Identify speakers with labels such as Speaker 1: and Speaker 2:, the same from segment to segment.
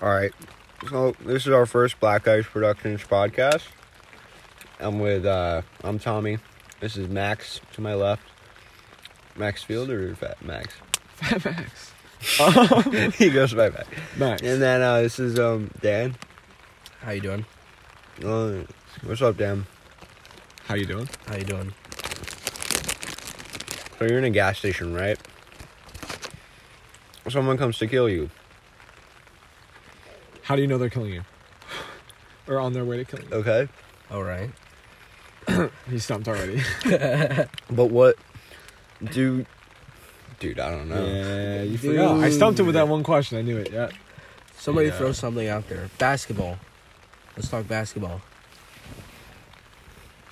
Speaker 1: All right. So this is our first Black Ice Productions podcast. I'm with uh I'm Tommy. This is Max to my left. Max Field or Fat Max?
Speaker 2: Fat Max.
Speaker 1: he goes by Max.
Speaker 2: Max.
Speaker 1: And then uh this is um Dan.
Speaker 3: How you doing?
Speaker 1: Uh, what's up, Dan?
Speaker 2: How you doing?
Speaker 3: How you doing?
Speaker 1: So you're in a gas station, right? Someone comes to kill you.
Speaker 2: How do you know they're killing you? or on their way to killing you?
Speaker 1: Okay.
Speaker 3: All right. Oh.
Speaker 2: He stumped already.
Speaker 1: But what do dude, I don't know.
Speaker 2: Yeah, you
Speaker 3: Dude.
Speaker 2: forgot. I stumped him with that one question. I knew it. Yeah.
Speaker 3: Somebody
Speaker 2: Yeah.
Speaker 3: throw something out there. Basketball. Let's talk basketball.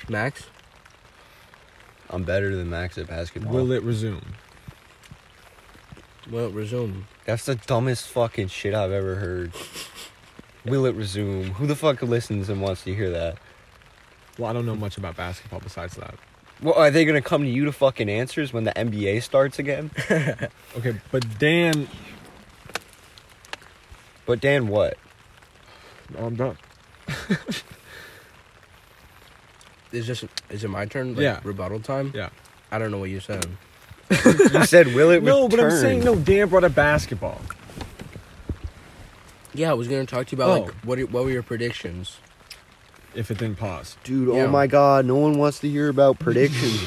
Speaker 3: Max,
Speaker 1: I'm better than Max at basketball.
Speaker 2: Will it resume?
Speaker 3: will it resume?
Speaker 1: That's the dumbest fucking shit I've ever heard. Will it resume? Who the fuck listens and wants to hear that?
Speaker 2: Well, I don't know much about basketball besides that.
Speaker 1: Well, are they gonna come to you to fucking answers when the NBA starts again?
Speaker 2: Okay, but Dan,
Speaker 1: But Dan, what?
Speaker 2: oh, I'm done.
Speaker 3: Is this is it my turn? Like,
Speaker 2: Yeah.
Speaker 3: Rebuttal time.
Speaker 2: Yeah.
Speaker 3: I don't know what you said.
Speaker 1: You said will it
Speaker 2: No, but I'm
Speaker 1: return?
Speaker 2: saying no. Dan brought up basketball.
Speaker 3: Yeah, I was gonna talk to you about like
Speaker 2: Oh.
Speaker 3: what are- what were your predictions?
Speaker 2: If it didn't pause.
Speaker 1: Dude,
Speaker 3: Yeah.
Speaker 1: oh my god, no one wants to hear about predictions.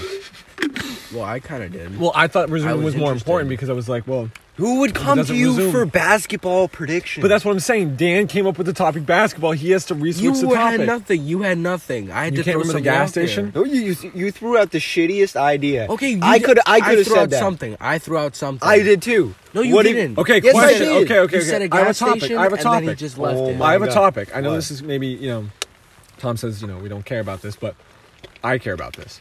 Speaker 3: Well, I kind of did.
Speaker 2: Well, I thought resume
Speaker 3: I
Speaker 2: was,
Speaker 3: was
Speaker 2: more
Speaker 3: interested.
Speaker 2: important because I was like, well,
Speaker 1: Who would come to
Speaker 2: doesn't
Speaker 1: you
Speaker 2: resume.
Speaker 1: for basketball predictions?
Speaker 2: but that's what I'm saying. Dan came up with the topic basketball. He has to research
Speaker 3: you
Speaker 2: the
Speaker 3: had
Speaker 2: topic.
Speaker 3: nothing. You had nothing. I had
Speaker 2: You
Speaker 3: to
Speaker 2: can't
Speaker 3: throw
Speaker 2: remember the
Speaker 3: something
Speaker 2: gas
Speaker 3: out there.
Speaker 2: station?
Speaker 1: no, you, you you threw out the shittiest idea.
Speaker 3: Okay, you
Speaker 1: I
Speaker 3: did-
Speaker 1: could I could have
Speaker 3: threw
Speaker 1: said
Speaker 3: out
Speaker 1: that.
Speaker 3: something. I threw out something.
Speaker 1: I did too.
Speaker 3: No, you
Speaker 1: What do
Speaker 3: didn't.
Speaker 2: Okay,
Speaker 1: Yes, I
Speaker 2: question.
Speaker 1: did.
Speaker 2: Okay, okay,
Speaker 3: You said
Speaker 2: okay.
Speaker 3: a
Speaker 2: I have a
Speaker 3: gas
Speaker 2: topic.
Speaker 3: station,
Speaker 2: I have a
Speaker 3: and then
Speaker 2: topic.
Speaker 3: he just left
Speaker 1: Oh
Speaker 3: it.
Speaker 1: my
Speaker 2: I have a
Speaker 1: God.
Speaker 2: topic. I know
Speaker 1: What?
Speaker 2: this is maybe, you know, Tom says, you know, we don't care about this, but I care about this.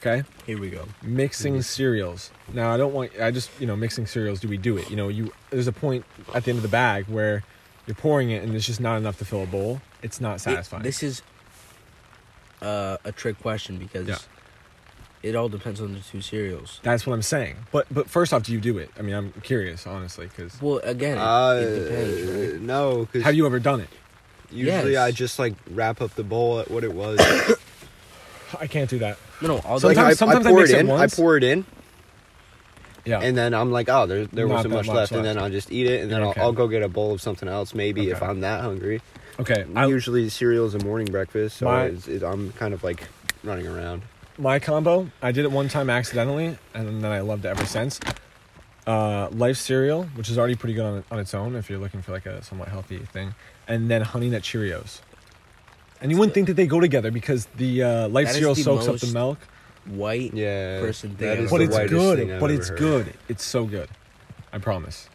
Speaker 2: Okay?
Speaker 3: Here we go.
Speaker 2: Mixing cereals. Now, I don't want, I just, you know, mixing cereals, do we do it? You know, you, there's a point at the end of the bag where you're pouring it and it's just not enough to fill a bowl. It's not
Speaker 3: It-
Speaker 2: satisfying.
Speaker 3: this is uh, a trick question because
Speaker 2: Yeah.
Speaker 3: it all depends on the two cereals.
Speaker 2: That's what I'm saying. But, but first off, do you do it? I mean, I'm curious, honestly, because
Speaker 3: Well, again, it, it depends.
Speaker 1: Uh,
Speaker 3: right?
Speaker 1: no, because
Speaker 2: have you ever done it?
Speaker 1: usually
Speaker 3: Yes.
Speaker 1: I just like wrap up the bowl at what it was.
Speaker 2: I can't do that.
Speaker 3: No, no. All
Speaker 2: Sometimes-
Speaker 3: the,
Speaker 1: like, I,
Speaker 2: sometimes I
Speaker 1: I pour
Speaker 2: mix
Speaker 1: it
Speaker 2: it
Speaker 1: in.
Speaker 2: once.
Speaker 1: I pour it in,
Speaker 2: Yeah.
Speaker 1: and then I'm like, oh, there, there
Speaker 2: Not
Speaker 1: wasn't
Speaker 2: that
Speaker 1: much
Speaker 2: much
Speaker 1: left, and
Speaker 2: left.
Speaker 1: then I'll just eat it, and then
Speaker 2: Yeah, okay.
Speaker 1: I'll, I'll go get a bowl of something else, maybe if
Speaker 2: Okay.
Speaker 1: I'm that hungry.
Speaker 2: okay. I,
Speaker 1: Usually, cereal's a morning breakfast, so
Speaker 2: My-
Speaker 1: it's, it, I'm kind of like running around.
Speaker 2: my combo i did it one time accidentally and then i loved it ever since uh, life cereal which is already pretty good on, on its own if you're looking for like a somewhat healthy thing and then honey nut cheerios and you wouldn't think that they go together because the uh, life
Speaker 3: That is
Speaker 2: cereal
Speaker 3: the
Speaker 2: soaks up the
Speaker 3: most-
Speaker 2: milk
Speaker 3: white.
Speaker 1: Yeah,
Speaker 3: Person
Speaker 1: that is
Speaker 3: thing I've
Speaker 2: but
Speaker 1: the
Speaker 2: it's
Speaker 1: whitest thing
Speaker 2: good
Speaker 1: I've
Speaker 2: but
Speaker 1: ever
Speaker 2: it's
Speaker 1: heard.
Speaker 2: good it's so good i promise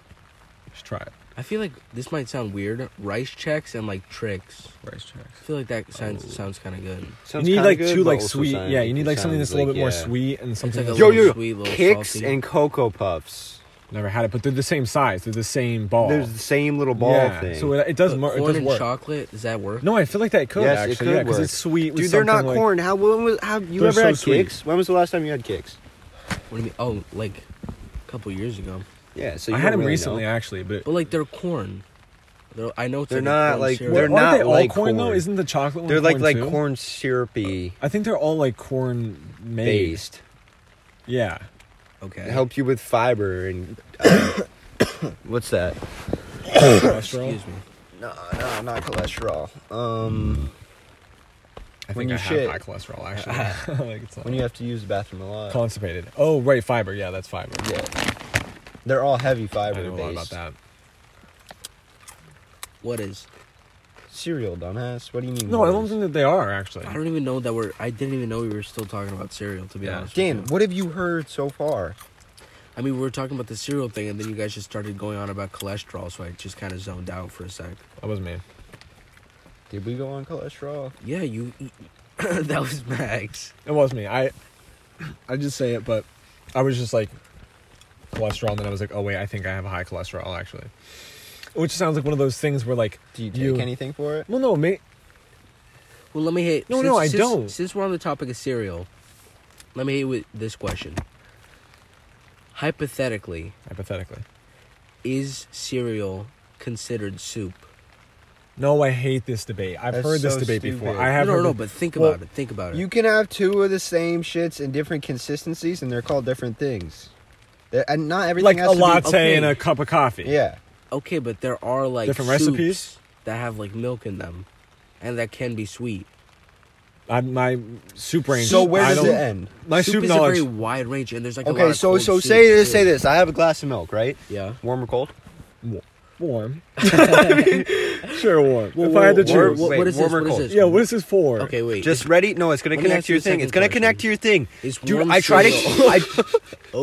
Speaker 2: just try it
Speaker 3: I feel like this might sound weird. Rice checks and like tricks.
Speaker 2: rice
Speaker 3: I
Speaker 2: checks
Speaker 3: feel like that sounds
Speaker 1: Oh.
Speaker 3: sounds kind of good.
Speaker 2: you
Speaker 1: Sounds
Speaker 2: need
Speaker 1: kinda
Speaker 2: like
Speaker 1: good,
Speaker 2: two
Speaker 1: but
Speaker 2: like
Speaker 1: also
Speaker 2: sweet
Speaker 1: sounds-
Speaker 2: yeah you need like
Speaker 1: sounds
Speaker 2: something that's a little
Speaker 1: like,
Speaker 2: bit more
Speaker 1: yeah.
Speaker 2: sweet and something
Speaker 3: like a
Speaker 2: that's
Speaker 1: Yo,
Speaker 3: Little
Speaker 1: yo,
Speaker 3: sweet, little
Speaker 1: Kicks
Speaker 3: salty.
Speaker 1: and Cocoa Puffs.
Speaker 2: never had it but they're the same size they're the same ball
Speaker 1: There's the same little ball
Speaker 2: Oh. yeah,
Speaker 1: thing.
Speaker 2: so it, it does
Speaker 3: But
Speaker 2: more it
Speaker 3: corn
Speaker 2: does
Speaker 3: and
Speaker 2: work
Speaker 3: chocolate. Does that work?
Speaker 2: No, I feel like that could
Speaker 1: Yes, it
Speaker 2: actually,
Speaker 1: could
Speaker 2: yeah, because
Speaker 1: work.
Speaker 2: it's sweet. With
Speaker 1: Dude, they're not
Speaker 2: something like,
Speaker 1: corn. How when was how you
Speaker 2: They're
Speaker 1: ever
Speaker 2: so
Speaker 1: had
Speaker 2: sweet.
Speaker 1: kicks? When was the last time you had kicks?
Speaker 3: What do you mean? Oh, like a couple years ago.
Speaker 1: Yeah, so you
Speaker 2: I
Speaker 1: don't
Speaker 2: had them
Speaker 1: really
Speaker 2: recently
Speaker 1: know.
Speaker 2: actually, but
Speaker 3: But like they're corn. They're, I know it's
Speaker 1: They're
Speaker 3: like a
Speaker 1: not,
Speaker 3: corn
Speaker 1: like,
Speaker 3: cereal.
Speaker 2: Well,
Speaker 1: they're
Speaker 2: aren't
Speaker 1: not
Speaker 2: they all
Speaker 1: like
Speaker 2: corn, though?
Speaker 1: corn.
Speaker 2: Isn't the chocolate one?
Speaker 1: They're like
Speaker 2: corn
Speaker 1: like
Speaker 2: too?
Speaker 1: corn syrupy
Speaker 2: I think they're all like corn made.
Speaker 1: based.
Speaker 2: Yeah,
Speaker 3: okay.
Speaker 1: It helps you with fiber and uh, what's that?
Speaker 2: cholesterol.
Speaker 3: Excuse me.
Speaker 1: No, no, not cholesterol. Um,
Speaker 2: I
Speaker 1: When
Speaker 2: think
Speaker 1: you
Speaker 2: I
Speaker 1: shit.
Speaker 2: have high cholesterol actually. like it's not
Speaker 1: when you have to use the bathroom a lot.
Speaker 2: constipated. Oh right, fiber. Yeah, that's fiber.
Speaker 1: yeah, they're all heavy
Speaker 2: I
Speaker 1: fiber
Speaker 2: know a lot about
Speaker 1: based.
Speaker 2: that.
Speaker 3: What is?
Speaker 1: Cereal, dumbass. What do you mean?
Speaker 2: No, I don't
Speaker 1: boys?
Speaker 2: think that they are actually.
Speaker 3: I don't even know that we're. I didn't even know we were still talking about cereal. To be
Speaker 2: Yeah.
Speaker 3: honest. with you.
Speaker 1: Dan, what have you heard so far?
Speaker 3: I mean, we were talking about the cereal thing, and then you guys just started going on about cholesterol, so I just kind of zoned out for a sec.
Speaker 2: That was me.
Speaker 1: Did we go on cholesterol?
Speaker 3: Yeah, you. that was Max.
Speaker 2: It was me. I I just say it, but I was just like cholesterol, and then I was like, oh wait, I think I have high cholesterol actually. Which sounds like one of those things where like
Speaker 1: Do you take anything for it?
Speaker 2: Well, no, mate.
Speaker 3: Well, let me hit.
Speaker 2: No, no, I
Speaker 3: since-
Speaker 2: don't.
Speaker 3: Since we're on the topic of cereal, let me hit with this question. Hypothetically,
Speaker 2: Hypothetically,
Speaker 3: is cereal considered soup?
Speaker 2: No, I hate this debate. I've
Speaker 1: That's
Speaker 2: heard this
Speaker 1: so
Speaker 2: debate before.
Speaker 1: stupid.
Speaker 2: I
Speaker 1: No,
Speaker 2: have
Speaker 3: no,
Speaker 2: heard
Speaker 3: no, no,
Speaker 2: the-
Speaker 3: but think
Speaker 1: Well,
Speaker 3: about it. Think about it.
Speaker 1: You can have two of the same shits in different consistencies, and they're called different things. They're- and not everything
Speaker 2: like
Speaker 1: has
Speaker 2: a
Speaker 1: to be-
Speaker 2: latte
Speaker 3: okay.
Speaker 2: and a cup of coffee.
Speaker 1: Yeah,
Speaker 3: okay, but there are like
Speaker 2: Different
Speaker 3: soups
Speaker 2: recipes?
Speaker 3: that have like milk in them, and that can be sweet.
Speaker 2: I, my soup range.
Speaker 1: So where
Speaker 2: I
Speaker 1: does
Speaker 2: don't-
Speaker 1: it end?
Speaker 2: My
Speaker 3: soup,
Speaker 2: soup,
Speaker 3: is
Speaker 2: knowledge.
Speaker 3: a very wide range, and there's like A lot
Speaker 1: Okay,
Speaker 3: of
Speaker 1: so
Speaker 3: cold
Speaker 1: so
Speaker 3: soups,
Speaker 1: say
Speaker 3: too.
Speaker 1: this, say this. I have a glass of milk, right?
Speaker 3: Yeah.
Speaker 1: Warm or cold?
Speaker 2: warm. sure, warm. if I had
Speaker 1: whoa, whoa,
Speaker 2: to choose,
Speaker 1: whoa, wait,
Speaker 3: what is this?
Speaker 1: warm or
Speaker 3: What is
Speaker 1: cold?
Speaker 3: this?
Speaker 2: yeah, what is this for?
Speaker 3: Okay, wait.
Speaker 1: Just ready? No, it's gonna
Speaker 3: Let me
Speaker 1: connect
Speaker 3: ask
Speaker 1: to
Speaker 3: you
Speaker 1: your
Speaker 3: a
Speaker 1: thing.
Speaker 3: second
Speaker 1: It's gonna connect
Speaker 3: question.
Speaker 1: to your thing.
Speaker 3: Is
Speaker 1: dude,
Speaker 3: warm
Speaker 1: I try to,
Speaker 3: cereal-
Speaker 1: I,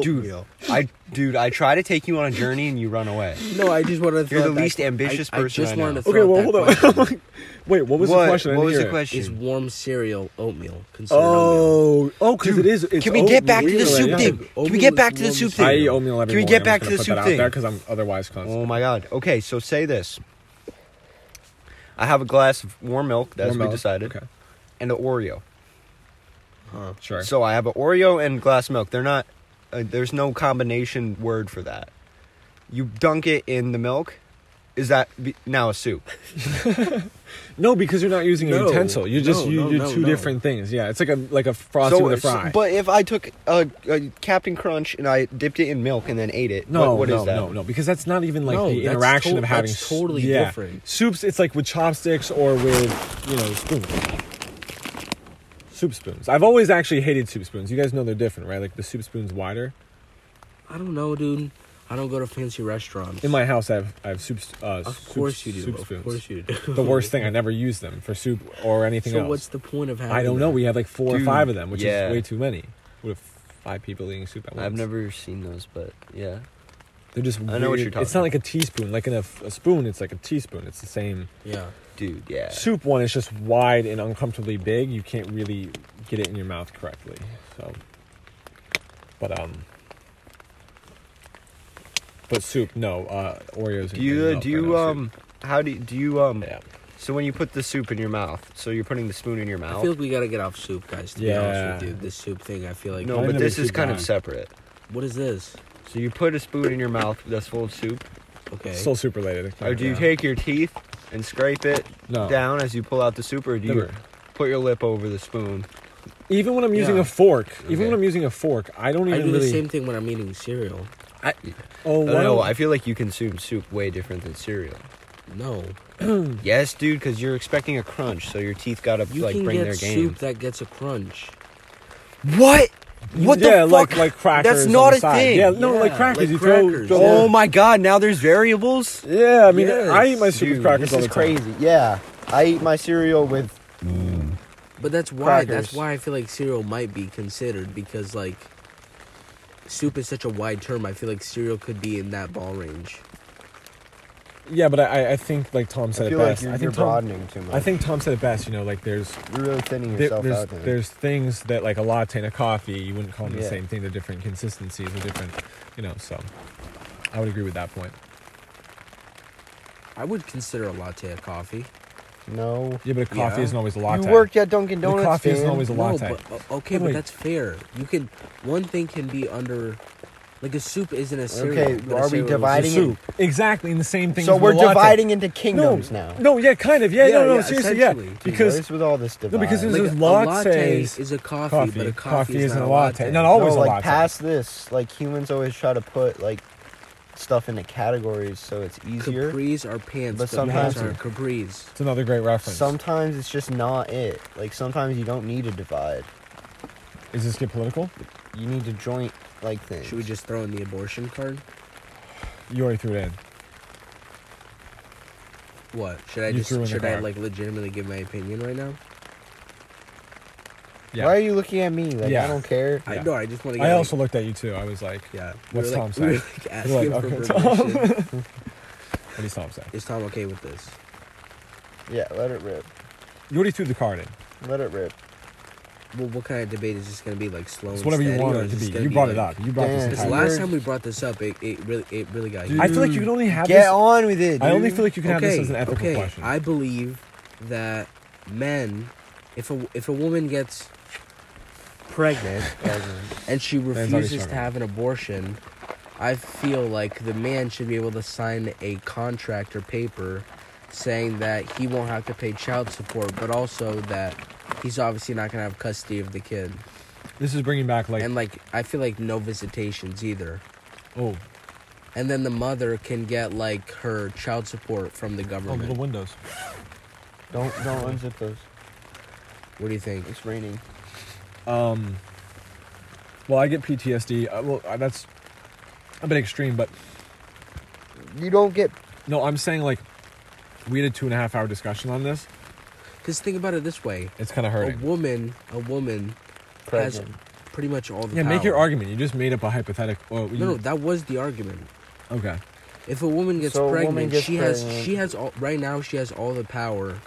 Speaker 1: dude,
Speaker 3: Oatmeal.
Speaker 1: I, dude, I try to take you on a journey and you run away.
Speaker 3: no, I just wanted to. throw
Speaker 1: You're the
Speaker 3: it back-
Speaker 1: least ambitious
Speaker 3: I,
Speaker 1: person
Speaker 3: I just
Speaker 1: I
Speaker 3: wanted
Speaker 1: know.
Speaker 3: to throw
Speaker 2: Okay, well,
Speaker 3: out
Speaker 2: hold
Speaker 3: that question.
Speaker 2: on. wait, what was
Speaker 1: What-
Speaker 2: the question? I
Speaker 1: what
Speaker 2: didn't
Speaker 1: was
Speaker 2: hear
Speaker 1: the
Speaker 2: it.
Speaker 1: question?
Speaker 3: Is warm cereal oatmeal considered oatmeal?
Speaker 2: Oh, oh, because it is. It's
Speaker 1: Can we get back to the
Speaker 2: oatmeal,
Speaker 1: soup
Speaker 2: yeah.
Speaker 1: thing? Can we
Speaker 3: Oatmeal
Speaker 1: get
Speaker 3: is
Speaker 1: back to the
Speaker 3: warm
Speaker 1: soup
Speaker 3: cereal.
Speaker 1: thing?
Speaker 2: I eat oatmeal every
Speaker 1: Can we
Speaker 2: morning.
Speaker 1: get
Speaker 2: I'm
Speaker 1: back
Speaker 2: just
Speaker 1: to the
Speaker 2: gonna put
Speaker 1: soup
Speaker 2: that out
Speaker 1: thing?
Speaker 2: there 'cause I'm otherwise constant.
Speaker 1: Oh my god. Okay, so say this. I have a glass of warm milk. That's what
Speaker 2: Warm milk.
Speaker 1: we decided.
Speaker 2: Okay,
Speaker 1: And an Oreo.
Speaker 3: Huh.
Speaker 2: sure.
Speaker 1: So I have an Oreo and glass milk. They're not. Uh, there's no combination word for that. You dunk it in the milk. Is that be, now a soup?
Speaker 2: no, because you're not using a
Speaker 3: No,
Speaker 2: utensil. You're just
Speaker 3: no,
Speaker 2: you,
Speaker 3: no,
Speaker 2: you're
Speaker 3: no,
Speaker 2: two
Speaker 3: no.
Speaker 2: different things. Yeah, it's like a like a frosting with a fry.
Speaker 1: but if I took a, a Captain Crunch and I dipped it in milk and then ate it,
Speaker 2: No,
Speaker 1: what, what
Speaker 2: no,
Speaker 1: is that?
Speaker 2: no, no, because that's not even like
Speaker 3: No,
Speaker 2: the
Speaker 3: that's
Speaker 2: interaction
Speaker 3: to-
Speaker 2: of having
Speaker 3: that's
Speaker 2: s-
Speaker 3: totally
Speaker 2: yeah.
Speaker 3: different.
Speaker 2: Soups, it's like with chopsticks or with you know spoons. Soup spoons. I've always actually hated soup spoons. You guys know they're different, right? Like the soup spoon's wider.
Speaker 3: I don't know, dude. I don't go to fancy restaurants.
Speaker 2: In my house, I have I have soup. s- Uh,
Speaker 3: of
Speaker 2: soup-
Speaker 3: course you do.
Speaker 2: Soup
Speaker 3: of
Speaker 2: spoons.
Speaker 3: course you do.
Speaker 2: The worst thing, I never use them for soup or anything
Speaker 3: so
Speaker 2: else.
Speaker 3: what's the point of having?
Speaker 2: I don't know. We have like four or
Speaker 1: Dude,
Speaker 2: five of them, which
Speaker 1: yeah.
Speaker 2: is way too many. What if five people eating soup at once?
Speaker 1: I've never seen those, but yeah.
Speaker 2: They're just.
Speaker 1: I know what
Speaker 2: weird-
Speaker 1: you're talking
Speaker 2: It's not
Speaker 1: about.
Speaker 2: like a teaspoon. Like in a, f- a spoon, it's like a teaspoon. It's the same.
Speaker 3: Yeah.
Speaker 1: Dude, yeah.
Speaker 2: Soup one is just wide and uncomfortably big. You can't really get it in your mouth correctly. So, but um, but soup no. Uh, Oreos. and-
Speaker 1: Do you
Speaker 2: and
Speaker 1: uh,
Speaker 2: milk
Speaker 1: do
Speaker 2: are
Speaker 1: you
Speaker 2: no
Speaker 1: um
Speaker 2: soup.
Speaker 1: how do you, do you um
Speaker 2: Yeah.
Speaker 1: so when you put the soup in your mouth, so you're putting the spoon in your
Speaker 3: I
Speaker 1: mouth?
Speaker 3: feel like we gotta get off soup, guys. To be
Speaker 2: Yeah.
Speaker 3: honest with you, this soup thing, I feel like.
Speaker 1: no,
Speaker 2: I've
Speaker 1: but
Speaker 2: never
Speaker 1: this is
Speaker 2: seen
Speaker 1: kind of
Speaker 2: that.
Speaker 1: separate.
Speaker 3: What is this?
Speaker 1: So you put a spoon in your mouth that's full of soup,
Speaker 3: Okay.
Speaker 2: Still soup related.
Speaker 1: or do you
Speaker 2: Yeah.
Speaker 1: take your teeth and scrape it
Speaker 2: No.
Speaker 1: down as you pull out the soup, or do you
Speaker 2: Oh. Never.
Speaker 1: put your lip over the spoon?
Speaker 2: Even when I'm using
Speaker 3: Yeah.
Speaker 2: a fork, even
Speaker 1: Okay.
Speaker 2: when I'm using a fork, I don't
Speaker 3: I
Speaker 2: even
Speaker 3: do
Speaker 2: really.
Speaker 3: the same thing when I'm eating cereal.
Speaker 2: I, oh,
Speaker 1: I
Speaker 2: wow.
Speaker 1: don't know. I feel like you consume soup way different than cereal.
Speaker 3: No,
Speaker 2: Hmm.
Speaker 1: Yes, dude, because you're expecting a crunch, so your teeth gotta
Speaker 3: you
Speaker 1: like
Speaker 3: can
Speaker 1: bring
Speaker 3: get
Speaker 1: their game.
Speaker 3: soup that gets a crunch.
Speaker 1: What? What the
Speaker 2: yeah,
Speaker 1: fuck?
Speaker 2: like like crackers.
Speaker 1: That's
Speaker 2: on
Speaker 1: not
Speaker 2: the
Speaker 1: a
Speaker 2: side.
Speaker 1: thing.
Speaker 2: Yeah, no, like
Speaker 3: Yeah,
Speaker 2: crackers.
Speaker 3: like
Speaker 2: you
Speaker 3: crackers,
Speaker 2: throw. throw
Speaker 1: Oh my god! Now there's variables.
Speaker 2: yeah, I mean, I eat my
Speaker 1: Yes.
Speaker 2: soup with
Speaker 1: Dude,
Speaker 2: crackers
Speaker 1: this
Speaker 2: all the
Speaker 1: is
Speaker 2: time.
Speaker 1: crazy. Yeah, I eat my cereal with.
Speaker 3: But that's why. That's
Speaker 1: Crackers.
Speaker 3: why I feel like cereal might be considered because like soup is such a wide term. I feel like cereal could be in that ball range.
Speaker 2: Yeah, but I, I- I think like Tom
Speaker 1: I
Speaker 2: said it
Speaker 1: feel like
Speaker 2: best.
Speaker 1: you're,
Speaker 2: I think
Speaker 1: you're
Speaker 2: Tom,
Speaker 1: broadening too much.
Speaker 2: I think Tom said it best. You know, like there's
Speaker 1: you're really thinning
Speaker 2: there,
Speaker 1: yourself
Speaker 2: there's
Speaker 1: out. there.
Speaker 2: there's things that like a latte and a coffee you wouldn't call them the
Speaker 1: Yeah.
Speaker 2: same thing. They're different consistencies. They're different, you know. So I would agree with that point.
Speaker 3: I would consider a latte a coffee.
Speaker 1: no.
Speaker 2: Yeah, but a coffee
Speaker 3: Yeah.
Speaker 2: isn't always a latte.
Speaker 1: You worked at Dunkin'
Speaker 2: The
Speaker 1: Donuts.
Speaker 2: coffee
Speaker 1: man.
Speaker 2: isn't always a latte.
Speaker 3: No, but o- okay, but
Speaker 2: Wait.
Speaker 3: that's fair. You can one thing can be under like a soup isn't a cereal.
Speaker 1: Okay,
Speaker 3: but a
Speaker 1: are we
Speaker 3: cereal is a
Speaker 1: dividing it?
Speaker 3: soup.
Speaker 2: soup. Exactly, and the same thing.
Speaker 1: So
Speaker 2: as
Speaker 1: we're
Speaker 2: with a latte.
Speaker 1: dividing into kingdoms
Speaker 2: no,
Speaker 1: now.
Speaker 2: No, yeah, kind of. Yeah,
Speaker 3: Yeah,
Speaker 2: no, no,
Speaker 3: yeah,
Speaker 2: seriously, yeah.
Speaker 3: essentially.
Speaker 2: Because
Speaker 1: Because with all this divide.
Speaker 2: No, because
Speaker 3: Like
Speaker 2: This
Speaker 3: a
Speaker 2: is
Speaker 3: latte
Speaker 2: lattes.
Speaker 3: is a coffee,
Speaker 2: Coffee.
Speaker 3: but a coffee,
Speaker 2: Coffee
Speaker 3: is
Speaker 2: isn't
Speaker 3: not
Speaker 2: a latte. Not all-
Speaker 1: No,
Speaker 2: always a
Speaker 1: like
Speaker 2: latte.
Speaker 1: past this, like humans always try to put like stuff into categories so it's easier.
Speaker 3: Capris are pants,
Speaker 1: But
Speaker 3: but,
Speaker 1: sometimes-
Speaker 3: sometimes are capris.
Speaker 2: it's another great reference.
Speaker 1: Sometimes it's just not it. Like sometimes you don't need to divide.
Speaker 2: Is this get political?
Speaker 1: You need to joint like things.
Speaker 3: Should we just throw in the abortion card?
Speaker 2: You already threw it in.
Speaker 3: What should I
Speaker 2: You
Speaker 3: just
Speaker 2: threw in the
Speaker 3: should I
Speaker 2: card.
Speaker 3: like legitimately give my opinion right now?
Speaker 2: Yeah.
Speaker 1: Why are you looking at me? Like
Speaker 2: Yeah.
Speaker 1: I don't care.
Speaker 3: I
Speaker 2: Yeah.
Speaker 3: know. I just want to.
Speaker 2: I also looked at you too. I was like,
Speaker 3: yeah.
Speaker 2: What's
Speaker 3: we
Speaker 2: Tom
Speaker 3: were, like, we were,
Speaker 2: saying?
Speaker 3: like,
Speaker 2: You're
Speaker 3: asking
Speaker 2: like,
Speaker 3: for
Speaker 2: okay, Tom.
Speaker 3: permission.
Speaker 2: what do you stop saying?
Speaker 3: Is Tom okay with this?
Speaker 1: Yeah, let it rip.
Speaker 2: You already threw the card in.
Speaker 1: Let it rip.
Speaker 3: Well, what kind of debate is this going to be? Like slow.
Speaker 2: It's
Speaker 3: and
Speaker 2: whatever you
Speaker 3: steady, or
Speaker 2: want it
Speaker 3: is
Speaker 2: to
Speaker 3: this
Speaker 2: be.
Speaker 3: gonna
Speaker 2: You brought it
Speaker 3: like-
Speaker 2: up. You brought
Speaker 1: Dan,
Speaker 2: this
Speaker 3: Because
Speaker 1: Tyler.
Speaker 2: entire.
Speaker 3: last time we brought this up, it, it really it really got
Speaker 2: I
Speaker 3: heated.
Speaker 2: feel like you can only have
Speaker 1: Get
Speaker 2: this.
Speaker 1: on with it.
Speaker 2: I only
Speaker 1: dude.
Speaker 2: feel like you can have this
Speaker 3: okay,
Speaker 2: as an ethical
Speaker 3: okay.
Speaker 2: question.
Speaker 3: I believe that men, if a if a woman gets pregnant and she
Speaker 2: already
Speaker 3: refuses to
Speaker 2: struggling.
Speaker 3: have an abortion, I feel like the man should be able to sign a contract or paper saying that he won't have to pay child support, but also that he's obviously not gonna have custody of the kid.
Speaker 2: This is bringing back like
Speaker 3: and like I feel like no visitations either.
Speaker 2: oh
Speaker 3: And then the mother can get like her child support from the
Speaker 2: oh
Speaker 3: government.
Speaker 2: little windows.
Speaker 1: Don't don't unzip those.
Speaker 3: what do you think?
Speaker 1: It's raining.
Speaker 2: Um, well, I get PTSD. I, Uh, well, I- that's a bit extreme, but
Speaker 1: You don't get
Speaker 2: no, I'm saying like we had a two and a half hour discussion on this.
Speaker 3: Because think about it this way:
Speaker 2: It's kind of
Speaker 3: a
Speaker 2: hurting.
Speaker 3: woman, a woman
Speaker 1: pregnant.
Speaker 3: has pretty much all the
Speaker 2: yeah, make
Speaker 3: power.
Speaker 2: your argument. You just made up a hypothetical. Well, you,
Speaker 3: No, no, that was the argument.
Speaker 2: okay.
Speaker 3: If a woman gets
Speaker 1: So a woman
Speaker 3: pregnant,
Speaker 1: gets
Speaker 3: she has
Speaker 1: pregnant.
Speaker 3: she has all, right now she has all the power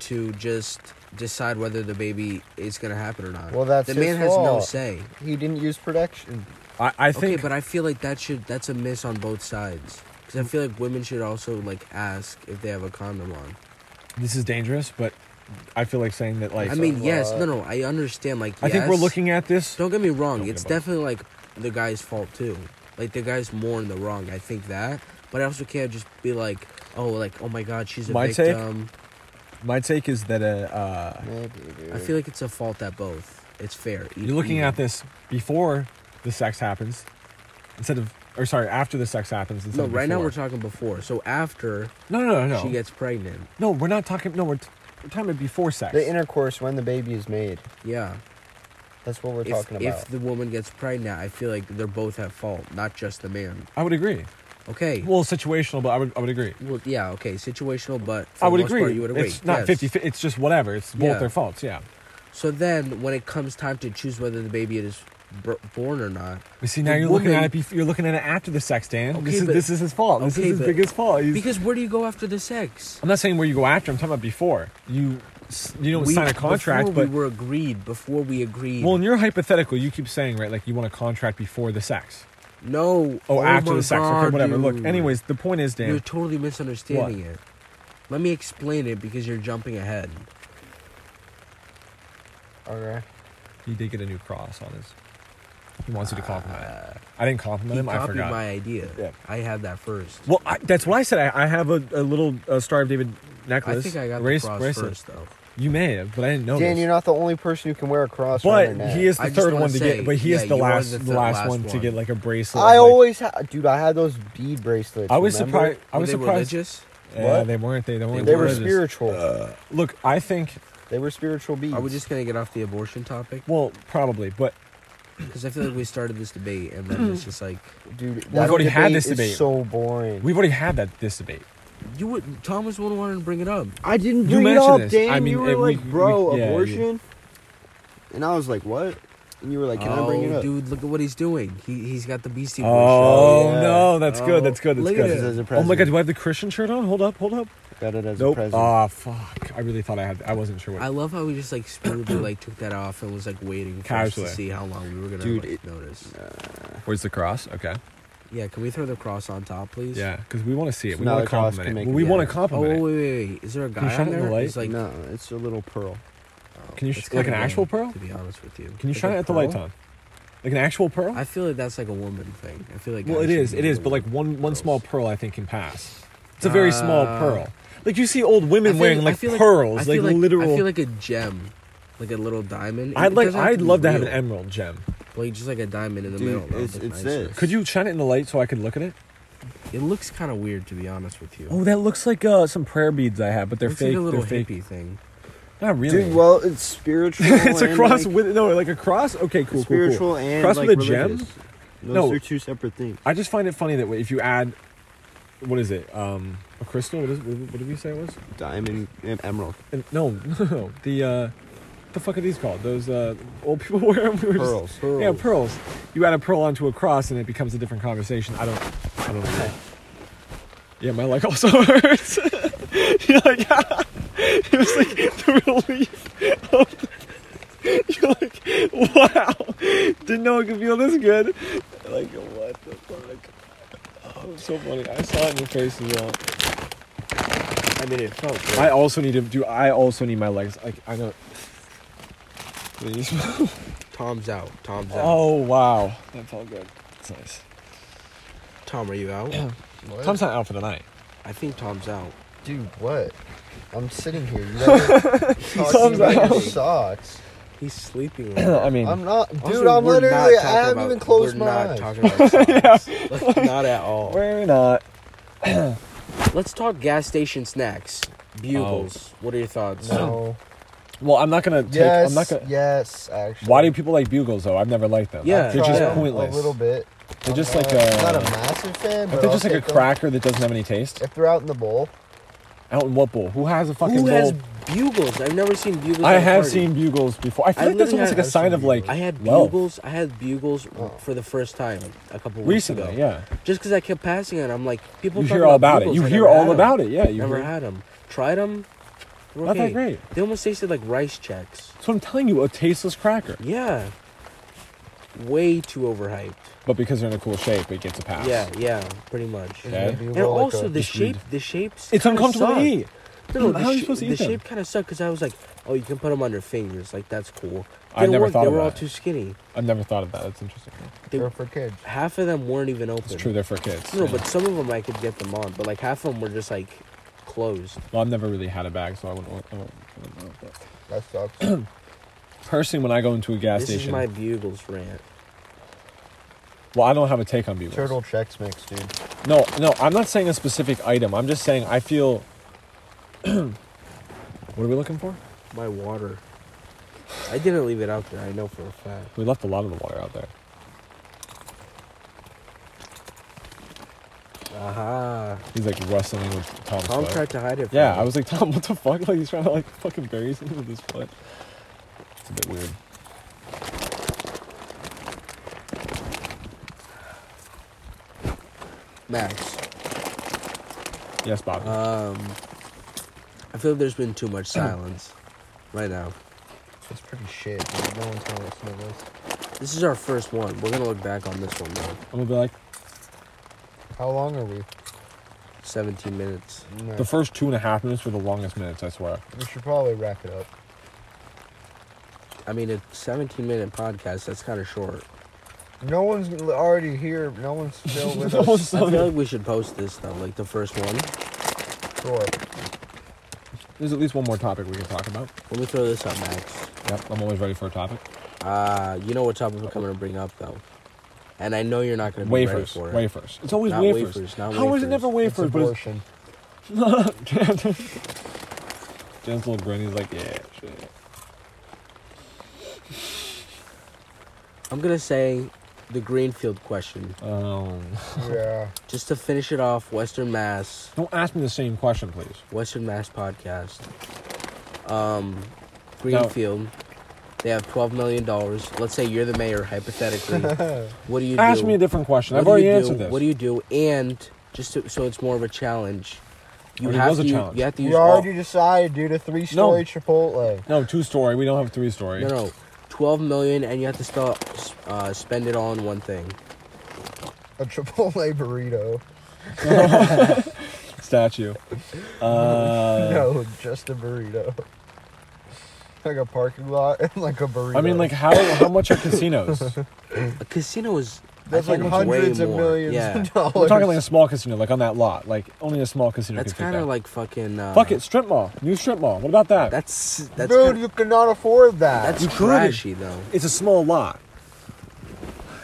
Speaker 3: to just decide whether the baby is going to happen or not.
Speaker 1: Well, that's
Speaker 3: the
Speaker 1: his
Speaker 3: man has no
Speaker 1: fault.
Speaker 3: say.
Speaker 1: He didn't use protection.
Speaker 2: I, I
Speaker 3: Okay,
Speaker 2: think
Speaker 3: but I feel like that should that's a miss on both sides because I feel like women should also like ask if they have a condom on.
Speaker 2: this is dangerous, but I feel like saying that like
Speaker 3: I mean,
Speaker 1: uh,
Speaker 3: yes, no, no, I understand. Like,
Speaker 2: I think we're
Speaker 3: yes.
Speaker 2: looking at this.
Speaker 3: Don't get me wrong.
Speaker 2: Don't get
Speaker 3: it's
Speaker 2: involved.
Speaker 3: definitely like the guy's fault too. Like the guy's more in the wrong. I think that, but I also can't just be like, oh, like oh my god, she's a
Speaker 2: My take?
Speaker 3: victim.
Speaker 2: My take is that uh, uh,
Speaker 1: Maybe, dude.
Speaker 3: I feel like it's a fault at both. It's fair. e-
Speaker 2: you're looking
Speaker 3: even.
Speaker 2: at this before the sex happens, instead of or sorry after the sex happens. Instead
Speaker 3: No,
Speaker 2: of
Speaker 3: right now
Speaker 2: before.
Speaker 3: we're talking before. So after
Speaker 2: No, no, no, no.
Speaker 3: she gets pregnant,
Speaker 2: no, we're not talking. No, we're, t- we're talking about before sex.
Speaker 1: the intercourse when the baby is made.
Speaker 3: yeah.
Speaker 1: That's what we're
Speaker 3: If,
Speaker 1: talking about.
Speaker 3: if the woman gets pregnant, I feel like they're both at fault, not just the man.
Speaker 2: I would agree.
Speaker 3: Okay. Well,
Speaker 2: Well, situational, but I would I would agree.
Speaker 3: yeah, okay, situational, but for
Speaker 2: I
Speaker 3: the
Speaker 2: would
Speaker 3: most
Speaker 2: agree.
Speaker 3: part, you would agree.
Speaker 2: It's not
Speaker 3: yes.
Speaker 2: 50 50 It's just whatever. It's both
Speaker 3: Yeah.
Speaker 2: their faults. Yeah.
Speaker 3: So then, when it comes time to choose whether the baby is br- born or not,
Speaker 2: But see, now
Speaker 3: The
Speaker 2: you're looking at
Speaker 3: woman-
Speaker 2: it. Bef- you're looking at it after the sex, Dan.
Speaker 3: Okay,
Speaker 2: this is
Speaker 3: but-
Speaker 2: this is his fault. This
Speaker 3: okay,
Speaker 2: is his
Speaker 3: but-
Speaker 2: biggest fault. He's-
Speaker 3: because where do you go after the sex?
Speaker 2: I'm not saying where you go after. I'm talking about before you s- you don't
Speaker 3: We-
Speaker 2: sign a contract.
Speaker 3: Before
Speaker 2: But
Speaker 3: we were agreed. Before we agreed.
Speaker 2: well, in your hypothetical, you keep saying right, like you want a contract before the sex.
Speaker 3: no.
Speaker 2: Oh, after
Speaker 3: my
Speaker 2: the sex. okay,
Speaker 3: God,
Speaker 2: whatever. Look,
Speaker 3: dude.
Speaker 2: anyways, the point is, Dan.
Speaker 3: You're totally misunderstanding it. Let me explain it because you're jumping ahead.
Speaker 1: okay.
Speaker 2: He did get a new cross on his. He wants you to compliment. him. I didn't compliment
Speaker 3: Uh, He
Speaker 2: him. I
Speaker 3: copied
Speaker 2: forgot.
Speaker 3: my idea.
Speaker 2: Yeah.
Speaker 3: I had that first.
Speaker 2: Well, I, that's what I said. I, I have a, a little uh, Star of David necklace.
Speaker 3: I think I got
Speaker 2: Race-
Speaker 3: the cross
Speaker 2: bracelet.
Speaker 3: first though.
Speaker 2: You may have, but I didn't know.
Speaker 1: Dan,
Speaker 2: this.
Speaker 1: you're not the only person who can wear a cross. around
Speaker 2: But
Speaker 1: their neck.
Speaker 2: he is
Speaker 3: I
Speaker 2: the
Speaker 3: just
Speaker 2: third
Speaker 3: wanna
Speaker 2: one to
Speaker 3: say,
Speaker 2: get. But he
Speaker 3: yeah,
Speaker 2: is the
Speaker 3: you are
Speaker 2: last,
Speaker 3: the
Speaker 2: the,
Speaker 3: thir-
Speaker 2: last,
Speaker 3: last
Speaker 2: one, to
Speaker 3: one.
Speaker 2: get like a bracelet.
Speaker 1: I
Speaker 2: like-
Speaker 1: always had, dude. I had those bead bracelets.
Speaker 2: I was
Speaker 1: remember?
Speaker 2: surprised. I
Speaker 3: Were
Speaker 2: was
Speaker 3: they
Speaker 2: surprised.
Speaker 3: religious?
Speaker 2: Yeah,
Speaker 1: What?
Speaker 2: they weren't. They, they weren't.
Speaker 1: They were
Speaker 2: religious.
Speaker 1: spiritual.
Speaker 2: Uh, Look, I think.
Speaker 1: they were spiritual beads.
Speaker 3: Are we just gonna get off the abortion topic?
Speaker 2: Well, probably, but
Speaker 3: Because I feel like we started this debate and then it's just like
Speaker 1: dude?
Speaker 2: We've
Speaker 1: That
Speaker 2: already
Speaker 1: debate
Speaker 2: had this
Speaker 1: is
Speaker 2: debate.
Speaker 1: so boring.
Speaker 2: we've already had that this debate.
Speaker 3: you would Thomas wouldn't want to bring it up.
Speaker 1: I didn't
Speaker 2: You
Speaker 1: bring it
Speaker 2: mentioned
Speaker 1: up,
Speaker 2: this.
Speaker 1: Dan.
Speaker 2: I mean,
Speaker 1: you were
Speaker 2: it- we-
Speaker 1: like, bro,
Speaker 2: we- yeah,
Speaker 1: abortion. And I was like, what? And you were like, can
Speaker 3: oh,
Speaker 1: I bring it up?
Speaker 3: dude, look at what he's doing. He he's got the Beastie Boys.
Speaker 2: Oh
Speaker 1: yeah.
Speaker 2: no, that's
Speaker 3: Oh,
Speaker 2: good. That's good. That's
Speaker 3: look at
Speaker 2: good.
Speaker 3: it.
Speaker 1: As a
Speaker 2: oh my God,
Speaker 1: president.
Speaker 2: do I have the Christian shirt on? Hold up, hold up.
Speaker 1: Got it as a
Speaker 2: Nope.
Speaker 1: present.
Speaker 2: Ah, fuck. I really thought I had. I wasn't sure what.
Speaker 3: I love how he just like smoothly like took that off and was like waiting for us to
Speaker 2: Casually.
Speaker 3: see how long we were gonna
Speaker 1: Dude,
Speaker 3: like,
Speaker 1: it-
Speaker 3: notice.
Speaker 2: Where's the cross? Okay.
Speaker 3: Yeah, can we throw the cross on top, please?
Speaker 2: Yeah, because we want to see it.
Speaker 1: So
Speaker 2: We
Speaker 1: now
Speaker 2: want
Speaker 1: the
Speaker 2: to
Speaker 1: cross
Speaker 2: compliment
Speaker 1: can
Speaker 2: it.
Speaker 1: make
Speaker 2: Well,
Speaker 1: it
Speaker 2: we want to
Speaker 1: better.
Speaker 3: Oh
Speaker 2: compliment
Speaker 3: wait,
Speaker 2: it.
Speaker 3: wait, wait. Is there a guy
Speaker 2: you shine
Speaker 3: on
Speaker 2: it in
Speaker 3: there?
Speaker 2: the light?
Speaker 3: It's like
Speaker 1: no, it's a little pearl.
Speaker 2: Can you
Speaker 3: It's
Speaker 2: sh- like an
Speaker 3: kinda
Speaker 2: actual
Speaker 3: lame,
Speaker 2: pearl?
Speaker 3: To be honest with you,
Speaker 2: Can you
Speaker 3: Like
Speaker 2: shine
Speaker 3: a
Speaker 2: it at the light
Speaker 3: pearl?
Speaker 2: on? Like an actual pearl?
Speaker 3: I feel like that's like a woman thing. I feel like
Speaker 2: well,
Speaker 3: guys
Speaker 2: it
Speaker 3: should
Speaker 2: is.
Speaker 3: be
Speaker 2: It is.
Speaker 3: able
Speaker 2: But
Speaker 3: to
Speaker 2: like one one
Speaker 3: pearls.
Speaker 2: small pearl, I think, can pass. It's a very small
Speaker 3: Uh,
Speaker 2: pearl. Like you see old
Speaker 3: I
Speaker 2: women
Speaker 3: feel
Speaker 2: wearing
Speaker 3: I
Speaker 2: like
Speaker 3: feel
Speaker 2: pearls,
Speaker 3: I
Speaker 2: like,
Speaker 3: feel
Speaker 2: literal.
Speaker 3: I feel like a gem, like a little diamond. It-
Speaker 2: I'd
Speaker 3: it
Speaker 2: like.
Speaker 3: doesn't have
Speaker 2: I'd
Speaker 3: be
Speaker 2: love to have an
Speaker 3: real.
Speaker 2: emerald gem.
Speaker 3: Like just like a diamond in the
Speaker 1: Dude,
Speaker 3: middle. that would
Speaker 1: it's-
Speaker 3: look
Speaker 1: it's
Speaker 3: nicer.
Speaker 1: this.
Speaker 2: Could you shine it in the light so I could look at it?
Speaker 3: It looks kind of weird to be honest with you.
Speaker 2: Oh, that looks like uh, some prayer beads I have, but they're
Speaker 3: looks
Speaker 2: fake.
Speaker 3: Like a little
Speaker 2: they're fake.
Speaker 3: hippie thing.
Speaker 2: Not really.
Speaker 1: Dude, well, it's spiritual.
Speaker 2: it's a
Speaker 1: and,
Speaker 2: cross
Speaker 1: like,
Speaker 2: with no, like a cross. Okay, cool, cool,
Speaker 1: spiritual
Speaker 2: cool.
Speaker 1: and
Speaker 2: cross
Speaker 1: like,
Speaker 2: with a gem.
Speaker 1: religious. Those
Speaker 2: No.
Speaker 1: are two separate things.
Speaker 2: I just find it funny that if you add, what is it? Um, a crystal? What is? What what did we say it was?
Speaker 1: Diamond and emerald.
Speaker 2: And- no, no, no. The uh, what the fuck are these called? Those uh, old people wear them. We were just-
Speaker 1: Pearls.
Speaker 2: Yeah, pearls. You add a pearl onto a cross, and it becomes a different conversation. I don't. I don't know. Yeah, my leg also hurts. You're like, it was like the relief. Of the, you're like, wow, didn't know it could feel this good. Like, what the fuck? Oh, it's so funny. I saw it in your face as well.
Speaker 1: I mean, it felt good.
Speaker 2: I also need to do. I also need my legs. Like I know. Please.
Speaker 3: Tom's out. Tom's out.
Speaker 2: oh wow, that felt good. That's nice.
Speaker 3: Tom, are you out?
Speaker 2: Tom's not out for the night.
Speaker 3: I think Tom's out.
Speaker 4: Dude, what? I'm sitting here. You never talking
Speaker 2: Thumbs
Speaker 4: about your
Speaker 2: out.
Speaker 4: socks.
Speaker 3: He's sleeping.
Speaker 2: I mean,
Speaker 4: I'm not, dude.
Speaker 3: Also,
Speaker 4: I'm
Speaker 3: we're not
Speaker 4: literally. I
Speaker 3: talking
Speaker 4: haven't
Speaker 3: about-
Speaker 4: even closed
Speaker 3: we're
Speaker 4: my
Speaker 3: not
Speaker 4: eyes.
Speaker 3: Talking about socks. Like, not at all.
Speaker 2: we're not.
Speaker 3: Let's talk gas station snacks.
Speaker 2: Oh.
Speaker 3: Bugles. What are your thoughts?
Speaker 4: no.
Speaker 2: Well, I'm not gonna. Take,
Speaker 4: yes.
Speaker 2: I'm not gonna.
Speaker 4: Yes. Actually.
Speaker 2: Why do people like bugles though? I've never liked them.
Speaker 3: Yeah,
Speaker 2: they're just
Speaker 4: Try 'em
Speaker 2: pointless.
Speaker 4: A little bit.
Speaker 2: They're
Speaker 4: I'm
Speaker 2: just like
Speaker 4: not,
Speaker 2: a-
Speaker 4: Not a massive fan.
Speaker 2: If
Speaker 4: but
Speaker 2: they're
Speaker 4: I'll
Speaker 2: just like a
Speaker 4: take 'em.
Speaker 2: cracker that doesn't have any taste.
Speaker 4: If they're out in the bowl,
Speaker 2: Out in what bowl? Who has a fucking
Speaker 3: Who
Speaker 2: bowl?
Speaker 3: has bugles? I've never seen bugles.
Speaker 2: I
Speaker 3: at a
Speaker 2: have
Speaker 3: party.
Speaker 2: seen bugles before. I feel like that's
Speaker 3: literally
Speaker 2: almost like
Speaker 3: had-
Speaker 2: a
Speaker 4: I've
Speaker 2: sign
Speaker 4: seen
Speaker 2: of like.
Speaker 3: I had
Speaker 2: wealth. Oh.
Speaker 3: bugles. I had bugles for the first time a couple weeks
Speaker 2: recently.
Speaker 3: ago.
Speaker 2: Yeah,
Speaker 3: Just because I kept passing it, I'm like, people.
Speaker 2: you
Speaker 3: talk
Speaker 2: hear all about it.
Speaker 3: bugles.
Speaker 2: You
Speaker 3: I
Speaker 2: hear
Speaker 3: never
Speaker 2: all
Speaker 3: had 'em.
Speaker 2: about it. Yeah, you
Speaker 3: never
Speaker 2: hear-
Speaker 3: had them. Tried them. Okay.
Speaker 2: Not that great.
Speaker 3: They almost tasted like rice checks.
Speaker 2: So I'm telling you, a tasteless cracker.
Speaker 3: Yeah. Way too overhyped.
Speaker 2: But because they're in a cool shape, it gets a pass.
Speaker 3: Yeah, yeah, pretty much.
Speaker 4: it's
Speaker 2: Okay.
Speaker 4: gonna be
Speaker 3: And
Speaker 4: more like
Speaker 3: also
Speaker 4: a-
Speaker 3: the
Speaker 2: Just read.
Speaker 3: shape, the shapes.
Speaker 2: It's
Speaker 3: kinda
Speaker 2: uncomfortable to
Speaker 3: suck.
Speaker 2: eat.
Speaker 3: No,
Speaker 2: How
Speaker 3: the
Speaker 2: are you
Speaker 3: sh-
Speaker 2: supposed to
Speaker 3: the
Speaker 2: eat them?
Speaker 3: shape kind of sucked because I was like, oh, you can put them on your fingers. Like that's cool.
Speaker 2: I never
Speaker 3: weren't-
Speaker 2: thought
Speaker 3: they
Speaker 2: of
Speaker 3: were all
Speaker 2: that.
Speaker 3: too skinny.
Speaker 2: I've never thought of that. That's interesting.
Speaker 3: They,
Speaker 4: they're for kids.
Speaker 3: half of them weren't even open.
Speaker 2: It's true. They're for kids.
Speaker 3: No,
Speaker 2: yeah.
Speaker 3: but some of them I could get them on, but like half of them were just like closed.
Speaker 2: well, I've never really had a bag, so I wouldn't. I wouldn't, I wouldn't know. But
Speaker 4: That sucks.
Speaker 2: personally, when I go into a gas
Speaker 3: This
Speaker 2: station,
Speaker 3: is my bugles rant.
Speaker 2: well, I don't have a take on bugles.
Speaker 4: Turtle checks mix, dude.
Speaker 2: No, no, I'm not saying a specific item. I'm just saying I feel. what are we looking for?
Speaker 3: My water. I didn't leave it out there. I know for a fact.
Speaker 2: We left a lot of the water out there.
Speaker 3: Aha.
Speaker 2: He's like wrestling with Tom's
Speaker 3: Tom
Speaker 2: foot.
Speaker 3: tried to hide it. From
Speaker 2: Yeah,
Speaker 3: me.
Speaker 2: I was like, Tom, what the fuck? Like, he's trying to, like, fucking bury something with his foot. It's a bit weird.
Speaker 3: Max.
Speaker 2: Yes, Bob.
Speaker 3: Um, I feel there's been too much silence right now.
Speaker 4: It's pretty shit. Dude. No one's gonna listen to this.
Speaker 3: This is our first one. We're gonna look back on this one though.
Speaker 2: I'm gonna be like,
Speaker 4: How long are we?
Speaker 3: 17 minutes.
Speaker 4: No.
Speaker 2: the first two and a half minutes were the longest minutes, I swear.
Speaker 4: we should probably wrap it up.
Speaker 3: I mean, a 17 minute podcast. That's kind of short.
Speaker 4: No one's already here. No one's still with
Speaker 2: No one's
Speaker 4: us.
Speaker 3: I feel
Speaker 2: still-
Speaker 3: like we should post this though, like the first one.
Speaker 4: Sure.
Speaker 2: There's at least one more topic we can talk about.
Speaker 3: Let me throw this up, Max.
Speaker 2: Yep, I'm always ready for a topic.
Speaker 3: Uh, you know what topic I'm gonna bring up though, and I know you're not gonna be ready
Speaker 2: Wafers.
Speaker 3: for it.
Speaker 2: Wafers. It's always
Speaker 3: Not
Speaker 2: wafers.
Speaker 3: wafers, not
Speaker 2: How is it
Speaker 3: wafers.
Speaker 2: never
Speaker 4: It's
Speaker 2: wafers? But it's,
Speaker 4: abortion.
Speaker 2: Jen's little grin, he's like, yeah, shit.
Speaker 3: I'm gonna say the Greenfield question
Speaker 2: Um,
Speaker 4: Yeah.
Speaker 3: just to finish it off. Western Mass,
Speaker 2: don't ask me the same question, please.
Speaker 3: Western Mass podcast. Um, Greenfield. They have twelve million dollars. Let's say you're the mayor, hypothetically. what do you
Speaker 2: ask
Speaker 3: do?
Speaker 2: me a different question.
Speaker 3: What
Speaker 2: I've
Speaker 3: do you
Speaker 2: already
Speaker 3: do-
Speaker 2: answered this.
Speaker 3: What do you do? And just to, so it's more of a challenge. You
Speaker 2: Already
Speaker 3: have
Speaker 2: was a
Speaker 3: to.
Speaker 2: challenge.
Speaker 3: You have to
Speaker 4: We
Speaker 3: use all,
Speaker 4: already decided, dude. A three-story
Speaker 2: No.
Speaker 4: Chipotle.
Speaker 2: No, two story. We don't have three story.
Speaker 3: No, no, twelve million, and you have to stop uh, spend it all on one thing.
Speaker 4: A Chipotle burrito.
Speaker 2: Statue. Uh,
Speaker 4: no, just a burrito. Like a parking lot and like a burrito.
Speaker 2: I mean, like, how how much are casinos?
Speaker 3: A casino is
Speaker 4: that's
Speaker 3: I
Speaker 4: like
Speaker 3: think it's way
Speaker 4: hundreds of
Speaker 3: more.
Speaker 4: millions
Speaker 3: Yeah,
Speaker 4: of dollars.
Speaker 2: We're talking like a small casino, like on that lot. Like only a small casino.
Speaker 3: that's
Speaker 2: can fit
Speaker 3: kind of
Speaker 2: that.
Speaker 3: like fucking. Uh,
Speaker 2: Fuck it, strip mall. New strip mall. What about that?
Speaker 3: That's that's
Speaker 4: dude,
Speaker 3: kinda-
Speaker 4: you cannot afford that.
Speaker 3: that's
Speaker 2: you could.
Speaker 3: trashy though.
Speaker 2: It's a small lot.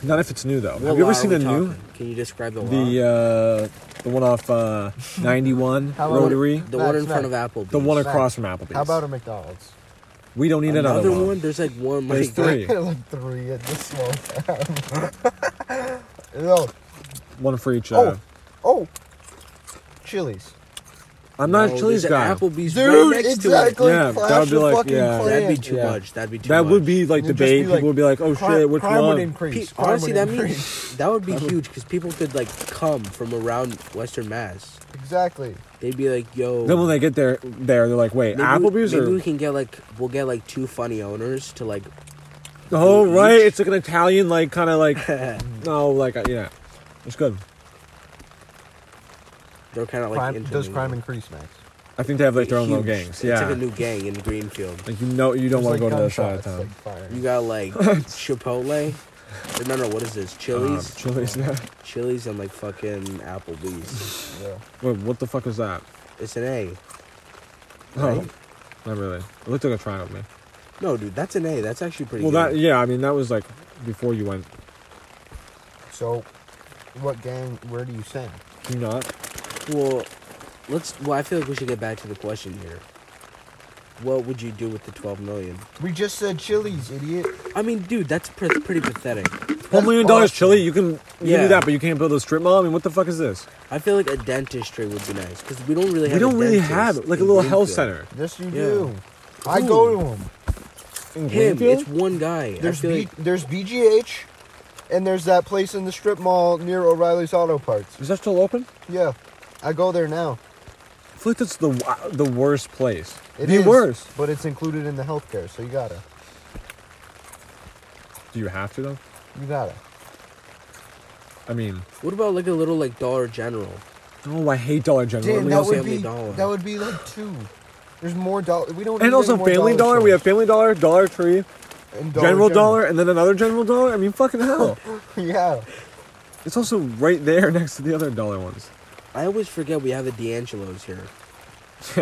Speaker 2: Not if it's new though.
Speaker 3: What
Speaker 2: have you ever
Speaker 3: lot
Speaker 2: seen
Speaker 3: are
Speaker 2: the
Speaker 3: we
Speaker 2: new
Speaker 3: talking? Can you describe the
Speaker 2: the
Speaker 3: lot?
Speaker 2: uh, the one off uh, ninety one
Speaker 4: How about-
Speaker 2: Rotary?
Speaker 3: the one in
Speaker 4: Max,
Speaker 3: front of
Speaker 4: Max.
Speaker 3: Applebee's.
Speaker 2: uh, The one
Speaker 4: Max.
Speaker 2: across from Applebee's.
Speaker 4: how about a McDonald's?
Speaker 2: we don't need another,
Speaker 3: another
Speaker 2: one.
Speaker 3: one. There's like one.
Speaker 2: There's three.
Speaker 3: Like,
Speaker 4: like three at this small town. no.
Speaker 2: One for each. Uh,
Speaker 4: Oh, oh, Chili's.
Speaker 2: I'm not
Speaker 3: no,
Speaker 2: a Chili's
Speaker 3: there's an
Speaker 2: guy.
Speaker 3: Applebee's
Speaker 4: Dude,
Speaker 3: right next to
Speaker 4: exactly.
Speaker 2: Yeah,
Speaker 4: Clash
Speaker 2: that would be
Speaker 4: of
Speaker 2: like-
Speaker 4: fucking
Speaker 2: yeah.
Speaker 3: it. That'd be
Speaker 4: Clans.
Speaker 3: too
Speaker 2: Yeah.
Speaker 3: much. That'd be too
Speaker 2: that
Speaker 3: much.
Speaker 2: would be like
Speaker 4: It'd just
Speaker 2: debate.
Speaker 4: be like
Speaker 2: People would be like, "Oh
Speaker 4: Crime-
Speaker 2: shit, which
Speaker 4: crime would
Speaker 2: one?"
Speaker 4: increase.
Speaker 3: Pe-
Speaker 4: crime
Speaker 3: honestly,
Speaker 4: would
Speaker 3: that
Speaker 4: increase.
Speaker 3: means that would be huge because people could like come from around Western Mass.
Speaker 4: exactly.
Speaker 3: They'd be like, "Yo."
Speaker 2: Then when they get there, there they're like, "Wait,
Speaker 3: maybe
Speaker 2: Applebee's
Speaker 3: we,
Speaker 2: or
Speaker 3: maybe we can get like we'll get like two funny owners to like
Speaker 2: Oh
Speaker 3: Dude,
Speaker 2: right,
Speaker 3: each-
Speaker 2: it's like an Italian, like kind of like no, like uh, yeah, it's good.
Speaker 3: they're kind of like
Speaker 4: crime, does
Speaker 3: intermingled.
Speaker 4: crime increase, Max?
Speaker 2: I think they have like their own little
Speaker 3: Huge.
Speaker 2: gangs.
Speaker 3: It's
Speaker 2: Yeah,
Speaker 3: like a new gang in Greenfield.
Speaker 2: like you know, you don't want to
Speaker 4: There's, like,
Speaker 2: go to the other side of
Speaker 4: gunshots,
Speaker 2: town.
Speaker 4: like, firing.
Speaker 3: You got like Chipotle. No, no, what is this?
Speaker 2: Um,
Speaker 3: Chili's,
Speaker 2: Chili's, yeah.
Speaker 3: Chili's, and like fucking Applebee's.
Speaker 4: Yeah.
Speaker 2: Wait, what the fuck is that?
Speaker 3: It's an A.
Speaker 2: No, not really. It looked like a triangle to me.
Speaker 3: No, dude, that's an A. That's actually pretty
Speaker 2: Well,
Speaker 3: good.
Speaker 2: that yeah. I mean, that was like before you went.
Speaker 4: So, what gang? Where do you send?
Speaker 2: Do you not?
Speaker 3: Well, let's. Well, I feel like we should get back to the question here. What would you do with the twelve million?
Speaker 4: We just said Chili's, idiot.
Speaker 3: I mean, dude, that's pr- pretty pathetic.
Speaker 2: One million dollars,
Speaker 4: awesome.
Speaker 2: Chili. You can you can
Speaker 3: Yeah.
Speaker 2: do that, but you can't build a strip mall. I mean, what the fuck is this?
Speaker 3: I feel like a dentistry would be nice because we don't really. Have
Speaker 2: we don't
Speaker 3: a
Speaker 2: really
Speaker 3: dentist
Speaker 2: have like a
Speaker 3: in
Speaker 2: little health
Speaker 3: Greenfield.
Speaker 2: center.
Speaker 4: Yes, you
Speaker 3: Yeah.
Speaker 4: do. I go to him.
Speaker 3: Him, it's one guy.
Speaker 4: There's
Speaker 3: I feel
Speaker 4: B-
Speaker 3: like
Speaker 4: there's BGH, and there's that place in the strip mall near O'Reilly's Auto Parts.
Speaker 2: Is that still open?
Speaker 4: Yeah, I go there now.
Speaker 2: I feel like that's the w- the worst place.
Speaker 4: It
Speaker 2: the
Speaker 4: is,
Speaker 2: worst.
Speaker 4: but it's included in the healthcare, so you gotta,
Speaker 2: Do you have to though?
Speaker 4: you gotta.
Speaker 2: I mean,
Speaker 3: what about like a little like Dollar General?
Speaker 2: oh, I hate Dollar General.
Speaker 4: Damn,
Speaker 2: Everyone
Speaker 4: that
Speaker 2: else-
Speaker 4: would
Speaker 3: Family
Speaker 4: be
Speaker 3: Dollar.
Speaker 4: that would be like two. There's more dollar. We don't. need
Speaker 2: and also
Speaker 4: any more
Speaker 2: Family Dollar. We have Family Dollar, Dollar Tree,
Speaker 4: stores. And
Speaker 2: General Dollar, and then another General Dollar. I mean, fucking hell.
Speaker 4: yeah.
Speaker 2: It's also right there next to the other dollar ones.
Speaker 3: I always forget we have a D'Angelo's here.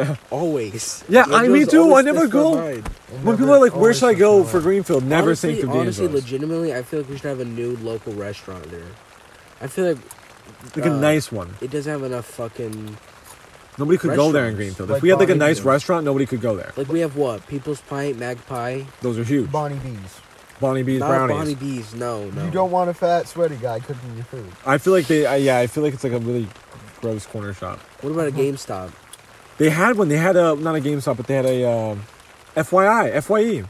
Speaker 3: always.
Speaker 2: Yeah, I- me
Speaker 3: D'Angelo's
Speaker 2: too, I
Speaker 3: always
Speaker 2: never
Speaker 3: slips
Speaker 2: go.
Speaker 3: my mind.
Speaker 4: And
Speaker 2: When
Speaker 4: never-
Speaker 2: people are like, "Where
Speaker 4: always
Speaker 2: should I
Speaker 4: something
Speaker 2: go
Speaker 4: like
Speaker 2: for
Speaker 4: that.
Speaker 2: Greenfield?" Never
Speaker 3: honestly,
Speaker 2: think of
Speaker 3: honestly,
Speaker 2: D'Angelo's.
Speaker 3: legitimately, I feel like we should have a new local restaurant there. I feel like
Speaker 2: like a
Speaker 3: uh,
Speaker 2: nice one.
Speaker 3: it doesn't have enough fucking
Speaker 2: Nobody could go there in
Speaker 3: restaurants,
Speaker 2: Greenfield. if
Speaker 4: like
Speaker 2: we had like a
Speaker 4: Bonnie
Speaker 2: nice
Speaker 4: Do's.
Speaker 2: restaurant, nobody could go there.
Speaker 3: like we have what People's Pint, Magpie,
Speaker 2: Those are huge.
Speaker 4: Bonnie B's.
Speaker 2: Bonnie B's
Speaker 3: not
Speaker 2: brownies.
Speaker 3: Bonnie Bees. No, no.
Speaker 4: You don't want a fat, sweaty guy cooking your food.
Speaker 2: I feel like they. I yeah, I feel like it's like a really gross corner shop.
Speaker 3: What about a GameStop?
Speaker 2: They had one. They had a not a GameStop, but they had a um, FYI, FYE.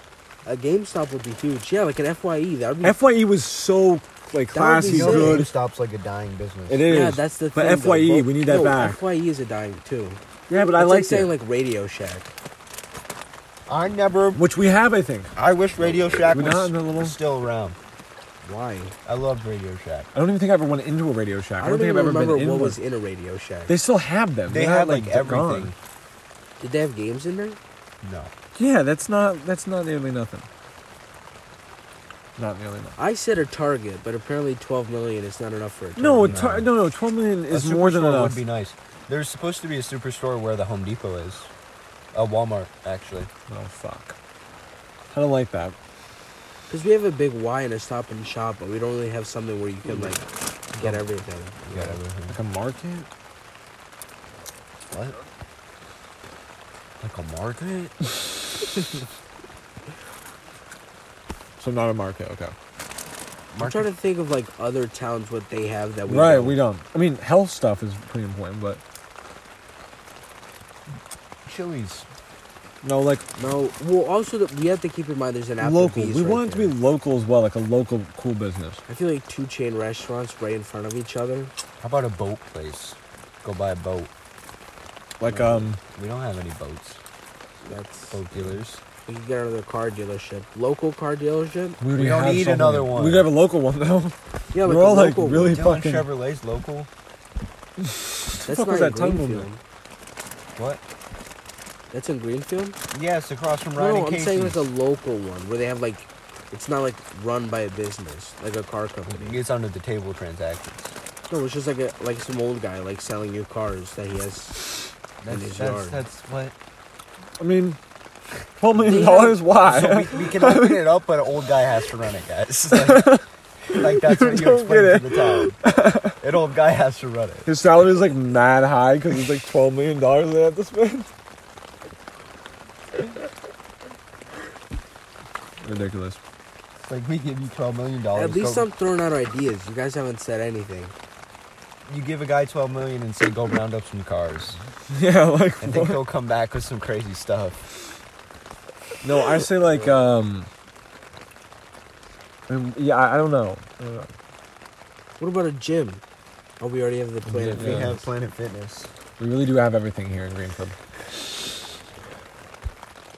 Speaker 3: A GameStop would be huge. Yeah, like an Fye. That would be.
Speaker 2: FYE E was so like
Speaker 3: Hmm. That would be
Speaker 2: classy,
Speaker 4: You know,
Speaker 3: sick.
Speaker 2: good.
Speaker 4: GameStop's like a dying business.
Speaker 2: It is.
Speaker 3: yeah, that's the.
Speaker 2: But
Speaker 3: thing, though.
Speaker 2: FYE,
Speaker 3: Both-
Speaker 2: we need that
Speaker 3: no,
Speaker 2: back.
Speaker 3: Fye is a dying too.
Speaker 2: Yeah, but I
Speaker 3: E, It's
Speaker 2: like
Speaker 3: saying
Speaker 2: it.
Speaker 3: like Radio Shack.
Speaker 4: I never.
Speaker 2: which we have, I think.
Speaker 1: I wish Radio Shack
Speaker 2: We're
Speaker 1: was,
Speaker 2: not in the little-
Speaker 1: was still around.
Speaker 3: Why?
Speaker 1: I loved Radio Shack.
Speaker 2: I don't even think I ever went into a Radio Shack.
Speaker 3: I
Speaker 2: I don't,
Speaker 3: don't,
Speaker 2: think
Speaker 3: even
Speaker 2: I've ever
Speaker 3: remember
Speaker 2: been in
Speaker 3: what
Speaker 2: one.
Speaker 3: was in a Radio Shack.
Speaker 2: They still have them.
Speaker 1: They
Speaker 2: They're
Speaker 1: had
Speaker 2: not,
Speaker 1: like everything.
Speaker 2: gone.
Speaker 3: Did they have games in there?
Speaker 1: No.
Speaker 2: Yeah, that's not that's not nearly nothing. Not nearly nothing.
Speaker 3: I said a Target, but apparently 12 million is not enough for a Target.
Speaker 2: No,
Speaker 1: No.
Speaker 2: tar- no, no. Twelve million is
Speaker 1: a
Speaker 2: more than
Speaker 1: superstore
Speaker 2: enough.
Speaker 1: Would be nice. There's supposed to be a superstore where the Home Depot is, a Walmart actually.
Speaker 2: oh fuck! I don't like that.
Speaker 3: Because we have a big Y and a stop and shop, but we don't really have something where you can, like, get everything.
Speaker 1: You got everything.
Speaker 2: Like a market.
Speaker 1: What? Like a market?
Speaker 2: So not a market. Okay.
Speaker 3: I'm trying to think of, like, other towns what they have that we
Speaker 2: right.
Speaker 3: don't.
Speaker 2: We don't. I mean, health stuff is pretty important, but
Speaker 1: Chili's.
Speaker 2: no, like
Speaker 3: No, well, also, that we have to keep in mind there's an Applebee's
Speaker 2: local. We
Speaker 3: right
Speaker 2: want it to be
Speaker 3: there.
Speaker 2: local as well, like a local cool business.
Speaker 3: I feel like two chain restaurants right in front of each other.
Speaker 1: How about a boat place? Go buy a boat.
Speaker 2: Like um,
Speaker 1: We don't have any boats.
Speaker 3: That's
Speaker 1: Boat dealers.
Speaker 3: we could get another car dealship, local car dealership.
Speaker 2: we, already
Speaker 1: don't
Speaker 2: have
Speaker 1: need
Speaker 2: so
Speaker 1: another
Speaker 2: many.
Speaker 1: one.
Speaker 2: We could have a local one though.
Speaker 3: Yeah, like
Speaker 2: We're
Speaker 3: a
Speaker 2: all like
Speaker 3: local one.
Speaker 2: really
Speaker 1: Dylan
Speaker 2: fucking.
Speaker 1: Chevrolet's local.
Speaker 3: That's
Speaker 2: fuck
Speaker 3: not
Speaker 2: was
Speaker 3: in
Speaker 2: that tunnel there?
Speaker 3: Greenfield.
Speaker 1: What?
Speaker 3: That's in Greenfield.
Speaker 1: Yes, across from Ryan
Speaker 3: No,
Speaker 1: and
Speaker 3: I'm
Speaker 1: Casey's.
Speaker 3: saying like a local one where they have like, it's not like run by a business like a car company.
Speaker 1: It's under the table transactions. Mm-hmm.
Speaker 3: No, it's just like a like some old guy like selling you cars that he has in his
Speaker 1: That's
Speaker 3: yard.
Speaker 1: that's, that's what.
Speaker 2: I mean, twelve million
Speaker 3: Yeah.
Speaker 2: dollars. Why?
Speaker 1: So we, we can open it up, but an old guy has to run it, guys. Like, like that's
Speaker 2: You
Speaker 1: what you
Speaker 2: don't
Speaker 1: explain
Speaker 2: get
Speaker 1: to the town. An old guy has to run it.
Speaker 2: His salary is like mad high because he's like twelve million dollars they have to spend. Ridiculous.
Speaker 1: It's like we give you twelve million dollars.
Speaker 3: At least
Speaker 1: go-
Speaker 3: I'm throwing out ideas. You guys haven't said anything.
Speaker 1: you give a guy twelve million and say go round up some cars.
Speaker 2: Yeah, like
Speaker 1: I think
Speaker 2: what?
Speaker 1: he'll come back with some crazy stuff.
Speaker 2: no, I say like um. I mean, yeah, I I don't know. I don't know.
Speaker 3: What about a gym? Oh, we already have the Planet
Speaker 1: we
Speaker 2: yeah.
Speaker 1: have Planet Fitness.
Speaker 2: We really do have everything here in Greenfield.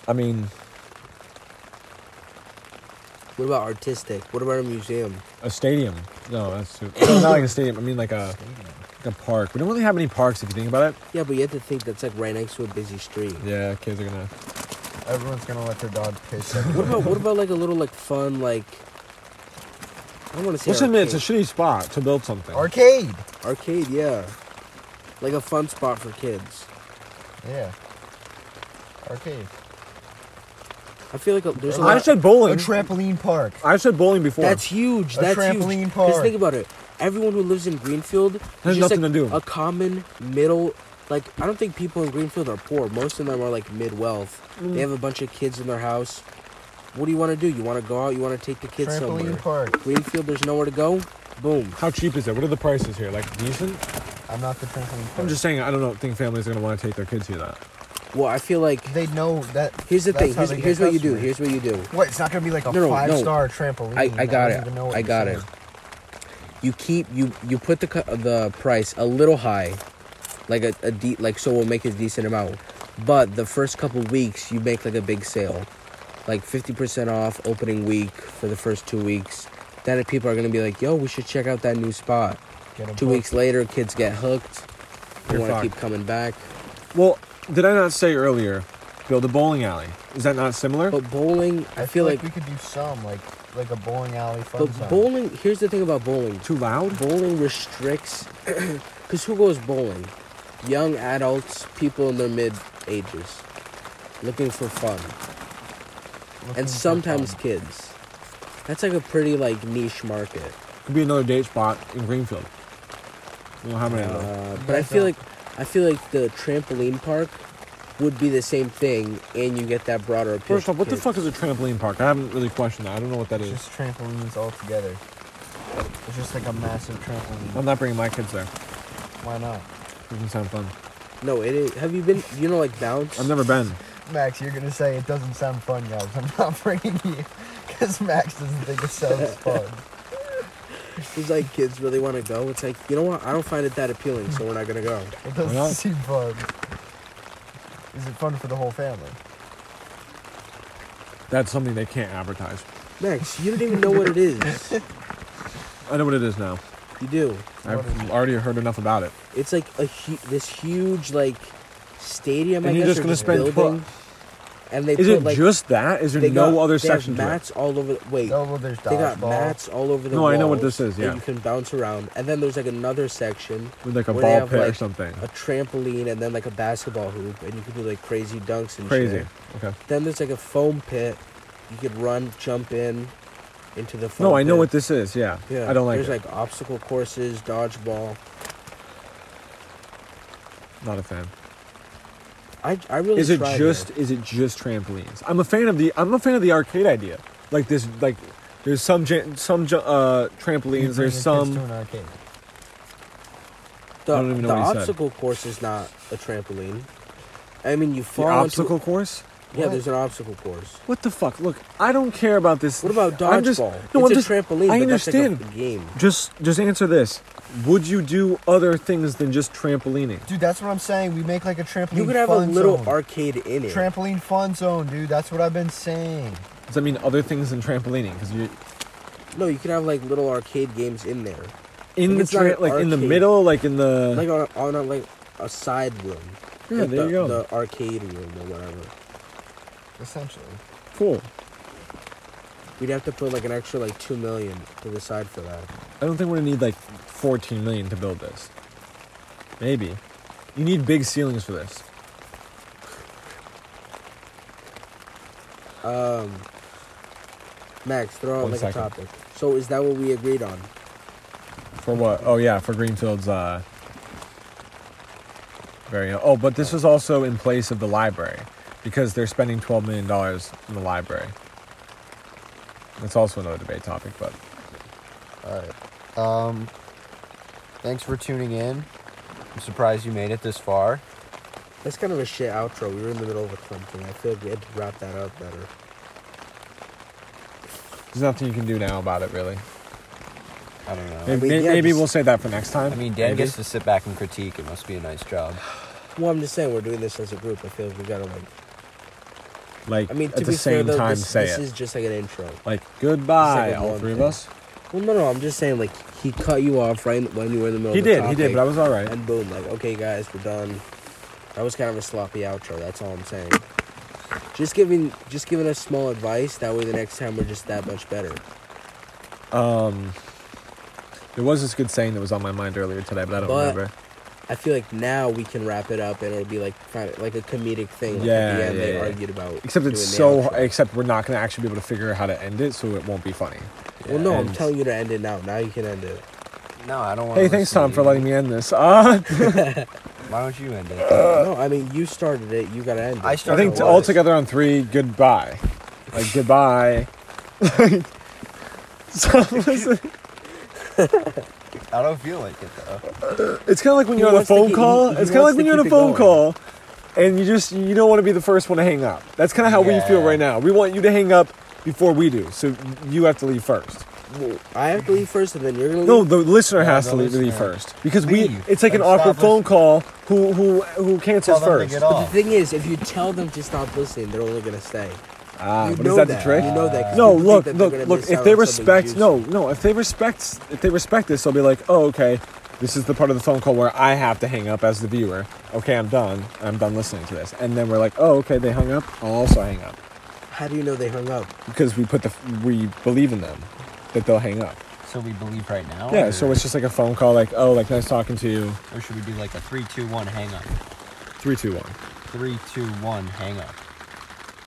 Speaker 2: I mean,
Speaker 3: What about artistic? What about a museum?
Speaker 2: a stadium. No, that's too, not like a stadium. I mean, like a like a park. We don't really have any parks if you think about it.
Speaker 3: Yeah, but you have to think that's like right next to a busy street.
Speaker 2: Yeah, kids are gonna.
Speaker 4: Everyone's gonna let their dog piss.
Speaker 3: What
Speaker 4: everywhere.
Speaker 3: about what about like a little like fun like? I want to say
Speaker 2: Let's admit it's a
Speaker 3: arcade.
Speaker 2: shitty spot to build something.
Speaker 4: Arcade.
Speaker 3: arcade. Yeah, like a fun spot for kids.
Speaker 4: Yeah. Arcade.
Speaker 3: I feel like a, there's a
Speaker 2: I
Speaker 3: lot.
Speaker 2: said bowling.
Speaker 4: A trampoline park.
Speaker 2: I said bowling before.
Speaker 3: That's huge.
Speaker 4: A
Speaker 3: that's
Speaker 4: trampoline
Speaker 3: huge.
Speaker 4: park.
Speaker 3: Just think about it. Everyone who lives in Greenfield is
Speaker 2: Has
Speaker 3: just,
Speaker 2: nothing
Speaker 3: like,
Speaker 2: to do.
Speaker 3: A common middle, like I don't think people in Greenfield are poor. Most of them are like mid wealth.
Speaker 4: Mm.
Speaker 3: They have a bunch of kids in their house. What do you want to do? You want to go out? You want to take the kids
Speaker 4: trampoline
Speaker 3: somewhere?
Speaker 4: park.
Speaker 3: Greenfield, there's nowhere to go. Boom.
Speaker 2: How cheap is it? What are the prices here? Like decent?
Speaker 4: I'm not the trampoline park.
Speaker 2: I'm just saying. I don't know. Think families are gonna want to take their kids here. That.
Speaker 3: Well, I feel like
Speaker 4: They know that.
Speaker 3: here's the
Speaker 4: that's
Speaker 3: thing.
Speaker 4: how
Speaker 3: Here's,
Speaker 4: they get
Speaker 3: here's what you do.
Speaker 4: customers.
Speaker 3: Here's what you do.
Speaker 4: What? It's not gonna be like a
Speaker 3: No, no, no.
Speaker 4: five star trampoline.
Speaker 3: I, I got
Speaker 4: Mm, don't
Speaker 3: it.
Speaker 4: even know what
Speaker 3: I
Speaker 4: you're
Speaker 3: got
Speaker 4: saying.
Speaker 3: it. You keep you you put the cu- the price a little high, like a, a de- like so we'll make a decent amount. But the first couple weeks you make like a big sale, like fifty percent off opening week for the first two weeks. Then if people are gonna be like, yo, we should check out that new spot.
Speaker 4: Get 'em
Speaker 3: Two
Speaker 4: booked.
Speaker 3: weeks later, kids get hooked. They
Speaker 2: You're
Speaker 3: want to
Speaker 2: fucked.
Speaker 3: keep coming back.
Speaker 2: Well, did I not say earlier? Build a bowling alley. Is that not similar?
Speaker 3: But bowling, I, feel like,
Speaker 4: we could do some like like a bowling alley fun
Speaker 3: but
Speaker 4: zone.
Speaker 3: bowling. Here's the thing about bowling.
Speaker 2: Too loud?
Speaker 3: bowling restricts because who goes bowling young adults people in their mid ages looking for fun
Speaker 4: Looking for
Speaker 3: and sometimes
Speaker 4: fun.
Speaker 3: kids that's like a pretty like niche market
Speaker 2: Could be another date spot in Greenfield. We don't have any of those.
Speaker 3: uh, but i feel like i feel like the trampoline park would be the same thing and you get that broader appeal
Speaker 2: First off, what the
Speaker 3: to
Speaker 2: fuck is a trampoline park? I haven't really questioned that. I don't know what that
Speaker 4: It's
Speaker 2: is.
Speaker 4: just trampolines all together. It's just like a massive trampoline.
Speaker 2: I'm not bringing my kids there.
Speaker 4: Why not?
Speaker 2: It doesn't sound fun.
Speaker 3: kids. no it is have you been you know like bounce
Speaker 2: I've never been.
Speaker 4: Max, you're gonna say it doesn't sound fun, guys. I'm not bringing you because Max doesn't think it sounds fun.
Speaker 3: it's like kids really want to go it's like you know what i don't find it that appealing so we're not gonna go
Speaker 4: It
Speaker 2: not?
Speaker 4: doesn't seem fun. Is it fun for the whole family?
Speaker 2: That's something they can't advertise.
Speaker 3: max you don't even know what it is
Speaker 2: I know what it is now.
Speaker 3: you do
Speaker 4: What is
Speaker 2: I've
Speaker 4: it?
Speaker 2: already heard enough about it.
Speaker 3: It's like a hu- this huge like stadium. I
Speaker 2: And you're
Speaker 3: guess,
Speaker 2: just
Speaker 3: or
Speaker 2: gonna spend tw-
Speaker 3: building, and they
Speaker 2: Is
Speaker 3: put
Speaker 2: it
Speaker 3: like
Speaker 2: just that? Is there
Speaker 3: they
Speaker 2: no
Speaker 3: got-
Speaker 2: other
Speaker 3: they have
Speaker 2: section to it?
Speaker 3: mats all over. The, wait,
Speaker 4: No, Oh, well, there's
Speaker 3: they got
Speaker 4: dodgeball.
Speaker 3: mats all over the.
Speaker 2: No, I know what
Speaker 3: walls
Speaker 2: this is,
Speaker 3: that
Speaker 2: yeah.
Speaker 3: you can bounce around, and then there's like another section
Speaker 2: With like a
Speaker 3: where they
Speaker 2: ball
Speaker 3: have,
Speaker 2: pit or
Speaker 3: like,
Speaker 2: something.
Speaker 3: a trampoline, and then like a basketball hoop, and you can do like crazy dunks and
Speaker 2: Crazy.
Speaker 3: shit.
Speaker 2: Okay.
Speaker 3: Then there's like a foam pit. You could run, jump in, into the. Foam
Speaker 2: No, I know
Speaker 3: pit.
Speaker 2: what this is. Yeah.
Speaker 3: Yeah,
Speaker 2: I don't like
Speaker 3: There's
Speaker 2: it.
Speaker 3: like obstacle courses, dodgeball.
Speaker 2: Not a fan.
Speaker 3: I, I really
Speaker 2: Is it
Speaker 3: tried
Speaker 2: just
Speaker 3: it.
Speaker 2: is it just trampolines? I'm a fan of the I'm a fan of the arcade idea. Like this like there's some ja- some ju- uh
Speaker 4: You
Speaker 2: trampolines,
Speaker 4: bring your
Speaker 2: there's
Speaker 4: kids to
Speaker 2: some
Speaker 4: an arcade.
Speaker 3: The,
Speaker 2: I don't even know
Speaker 3: the
Speaker 2: what he said.
Speaker 3: obstacle course is not a trampoline. I mean, you
Speaker 2: the
Speaker 3: fall.
Speaker 2: obstacle
Speaker 3: Into,
Speaker 2: course?
Speaker 3: yeah,
Speaker 4: What?
Speaker 3: there's an obstacle course.
Speaker 2: What the fuck? Look, I don't care about this.
Speaker 3: What about
Speaker 2: I'm just-
Speaker 3: dodgeball?
Speaker 2: no, I'm
Speaker 3: it's a
Speaker 2: just-
Speaker 3: trampoline.
Speaker 2: I
Speaker 3: but
Speaker 2: understand.
Speaker 3: That's like a game.
Speaker 2: Just just answer this. Would you do other things than just trampolining?
Speaker 4: Dude, that's what I'm saying. We make like a trampoline.
Speaker 3: You could have a
Speaker 4: fun
Speaker 3: little
Speaker 4: zone.
Speaker 3: arcade in it.
Speaker 4: Trampoline fun zone, dude. That's what I've been saying.
Speaker 2: Does that mean other things than trampolining? Because you're
Speaker 3: no, you could have like little arcade games in there,
Speaker 2: in the
Speaker 3: It's not
Speaker 2: tra-
Speaker 3: an
Speaker 2: like in the
Speaker 3: arcade.
Speaker 2: middle, like in the
Speaker 3: like on a, on a, like a side room.
Speaker 2: Yeah,
Speaker 3: like
Speaker 2: there
Speaker 3: the,
Speaker 2: you go.
Speaker 3: The arcade room or whatever.
Speaker 4: Essentially.
Speaker 2: cool.
Speaker 3: We'd have to put like an extra like two million to the side for that.
Speaker 2: I don't think we're gonna need like 14 million to build this. Maybe. You need big ceilings for this.
Speaker 3: Um, Max, throw out
Speaker 2: One
Speaker 3: like
Speaker 2: second.
Speaker 3: a topic. So is that what we agreed on?
Speaker 2: For what? Oh yeah, for Greenfield's uh very oh, but this was also in place of the library because they're spending 12 million dollars in the library. That's also another debate topic, but
Speaker 1: Alright. Um thanks for tuning in. I'm surprised you made it this far.
Speaker 3: That's kind of a shit outro. We were in the middle of a clump thing. I feel like we had to wrap that up better.
Speaker 2: there's nothing you can do now about it really.
Speaker 1: I don't know.
Speaker 2: Maybe,
Speaker 3: mean,
Speaker 2: may-
Speaker 3: yeah,
Speaker 2: maybe
Speaker 3: just-
Speaker 2: we'll say that for next time.
Speaker 1: I mean Dan
Speaker 2: Maybe.
Speaker 1: gets to sit back and critique. It must be a nice job.
Speaker 3: Well, I'm just saying we're doing this as a group. I feel like we gotta like.
Speaker 2: like
Speaker 3: I mean, to
Speaker 2: at
Speaker 3: be
Speaker 2: the
Speaker 3: fair,
Speaker 2: same
Speaker 3: though,
Speaker 2: time
Speaker 3: this,
Speaker 2: say
Speaker 3: this
Speaker 2: it.
Speaker 3: is just like an intro.
Speaker 2: like goodbye,
Speaker 3: It's like a
Speaker 2: all
Speaker 3: long
Speaker 2: three of
Speaker 3: thing.
Speaker 2: us.
Speaker 3: Well, no, no. I'm just saying like he cut you off right when you were in the middle.
Speaker 2: He
Speaker 3: of the
Speaker 2: did, he did,
Speaker 3: topic,
Speaker 2: but I was all right.
Speaker 3: And boom, like okay, guys, we're done. That was kind of a sloppy outro. That's all I'm saying. Just giving, just giving us small advice. That way, the next time we're just that much better.
Speaker 2: Um, there was this good saying that was on my mind earlier today, but I don't
Speaker 3: But-
Speaker 2: remember.
Speaker 3: I feel like now we can wrap it up and it'll be like kind of like a comedic thing. Like at
Speaker 2: Yeah,
Speaker 3: the end,
Speaker 2: yeah,
Speaker 3: they
Speaker 2: yeah.
Speaker 3: argued about.
Speaker 2: Except
Speaker 3: doing
Speaker 2: it's
Speaker 3: the
Speaker 2: so.
Speaker 3: outro.
Speaker 2: Except we're not gonna actually be able to figure out how to end it, so it won't be funny.
Speaker 3: well, no, I'm
Speaker 2: and-
Speaker 3: telling you to end it now. Now you can end it.
Speaker 1: No, I don't want.
Speaker 2: Hey, thanks Tom for letting me end this. Uh,
Speaker 1: Why don't you end it?
Speaker 3: no, I mean you started it. You gotta end it.
Speaker 1: Uh, I
Speaker 2: I
Speaker 1: started.
Speaker 2: think
Speaker 1: it
Speaker 2: t-
Speaker 1: was.
Speaker 2: all together on three. Goodbye. Like goodbye. so, listen,
Speaker 1: I don't feel like it though.
Speaker 2: it's kind of like when
Speaker 3: He
Speaker 2: you're on a
Speaker 3: wants to
Speaker 2: phone
Speaker 3: keep-
Speaker 2: call.
Speaker 3: he- he
Speaker 2: it's kind of like when
Speaker 3: wants to
Speaker 2: you're on a
Speaker 3: keep it
Speaker 2: phone
Speaker 3: going.
Speaker 2: call, and you just you don't want to be the first one to hang up. That's kind of how we feel
Speaker 1: Yeah.
Speaker 2: right now. We want you to hang up before we do, so you have to leave first.
Speaker 3: Well, I have to leave first, and then you're gonna.
Speaker 2: No,
Speaker 3: leave?
Speaker 2: the listener
Speaker 1: Yeah,
Speaker 2: has
Speaker 1: the
Speaker 2: to leave, leave
Speaker 1: listener.
Speaker 2: first because we.
Speaker 1: Leave.
Speaker 2: It's like an
Speaker 1: Like, stop
Speaker 2: awkward phone
Speaker 1: listening.
Speaker 2: call. Who who who cancels
Speaker 1: Tell them to
Speaker 2: first?
Speaker 1: get
Speaker 3: But the
Speaker 1: off.
Speaker 3: thing is, if you tell them to stop listening, they're only gonna stay.
Speaker 2: Ah,
Speaker 3: you
Speaker 2: but
Speaker 3: know
Speaker 2: is that,
Speaker 3: that.
Speaker 2: the trick?
Speaker 3: You know that 'cause
Speaker 2: No,
Speaker 3: people think
Speaker 2: look,
Speaker 3: that they're
Speaker 2: look,
Speaker 3: gonna
Speaker 2: look.
Speaker 3: miss
Speaker 2: If
Speaker 3: out
Speaker 2: they
Speaker 3: on something
Speaker 2: respect,
Speaker 3: juicy.
Speaker 2: no, no. If they respect, if they respect this, they'll be like, oh, okay, this is the part of the phone call where I have to hang up as the viewer. Okay, I'm done. I'm done listening to this. And then we're like, oh, okay, they hung up. I'll also hang up
Speaker 3: How do you know they hung up?
Speaker 2: because we put the we believe in them that they'll hang up.
Speaker 1: So we believe right now.
Speaker 2: Oh, Yeah.
Speaker 1: or-
Speaker 2: So it's just like a phone call, like, oh, like nice talking to you.
Speaker 1: Or should we do like a three, two, one, hang up?
Speaker 2: Three, two, one.
Speaker 1: Three, two, one, hang up.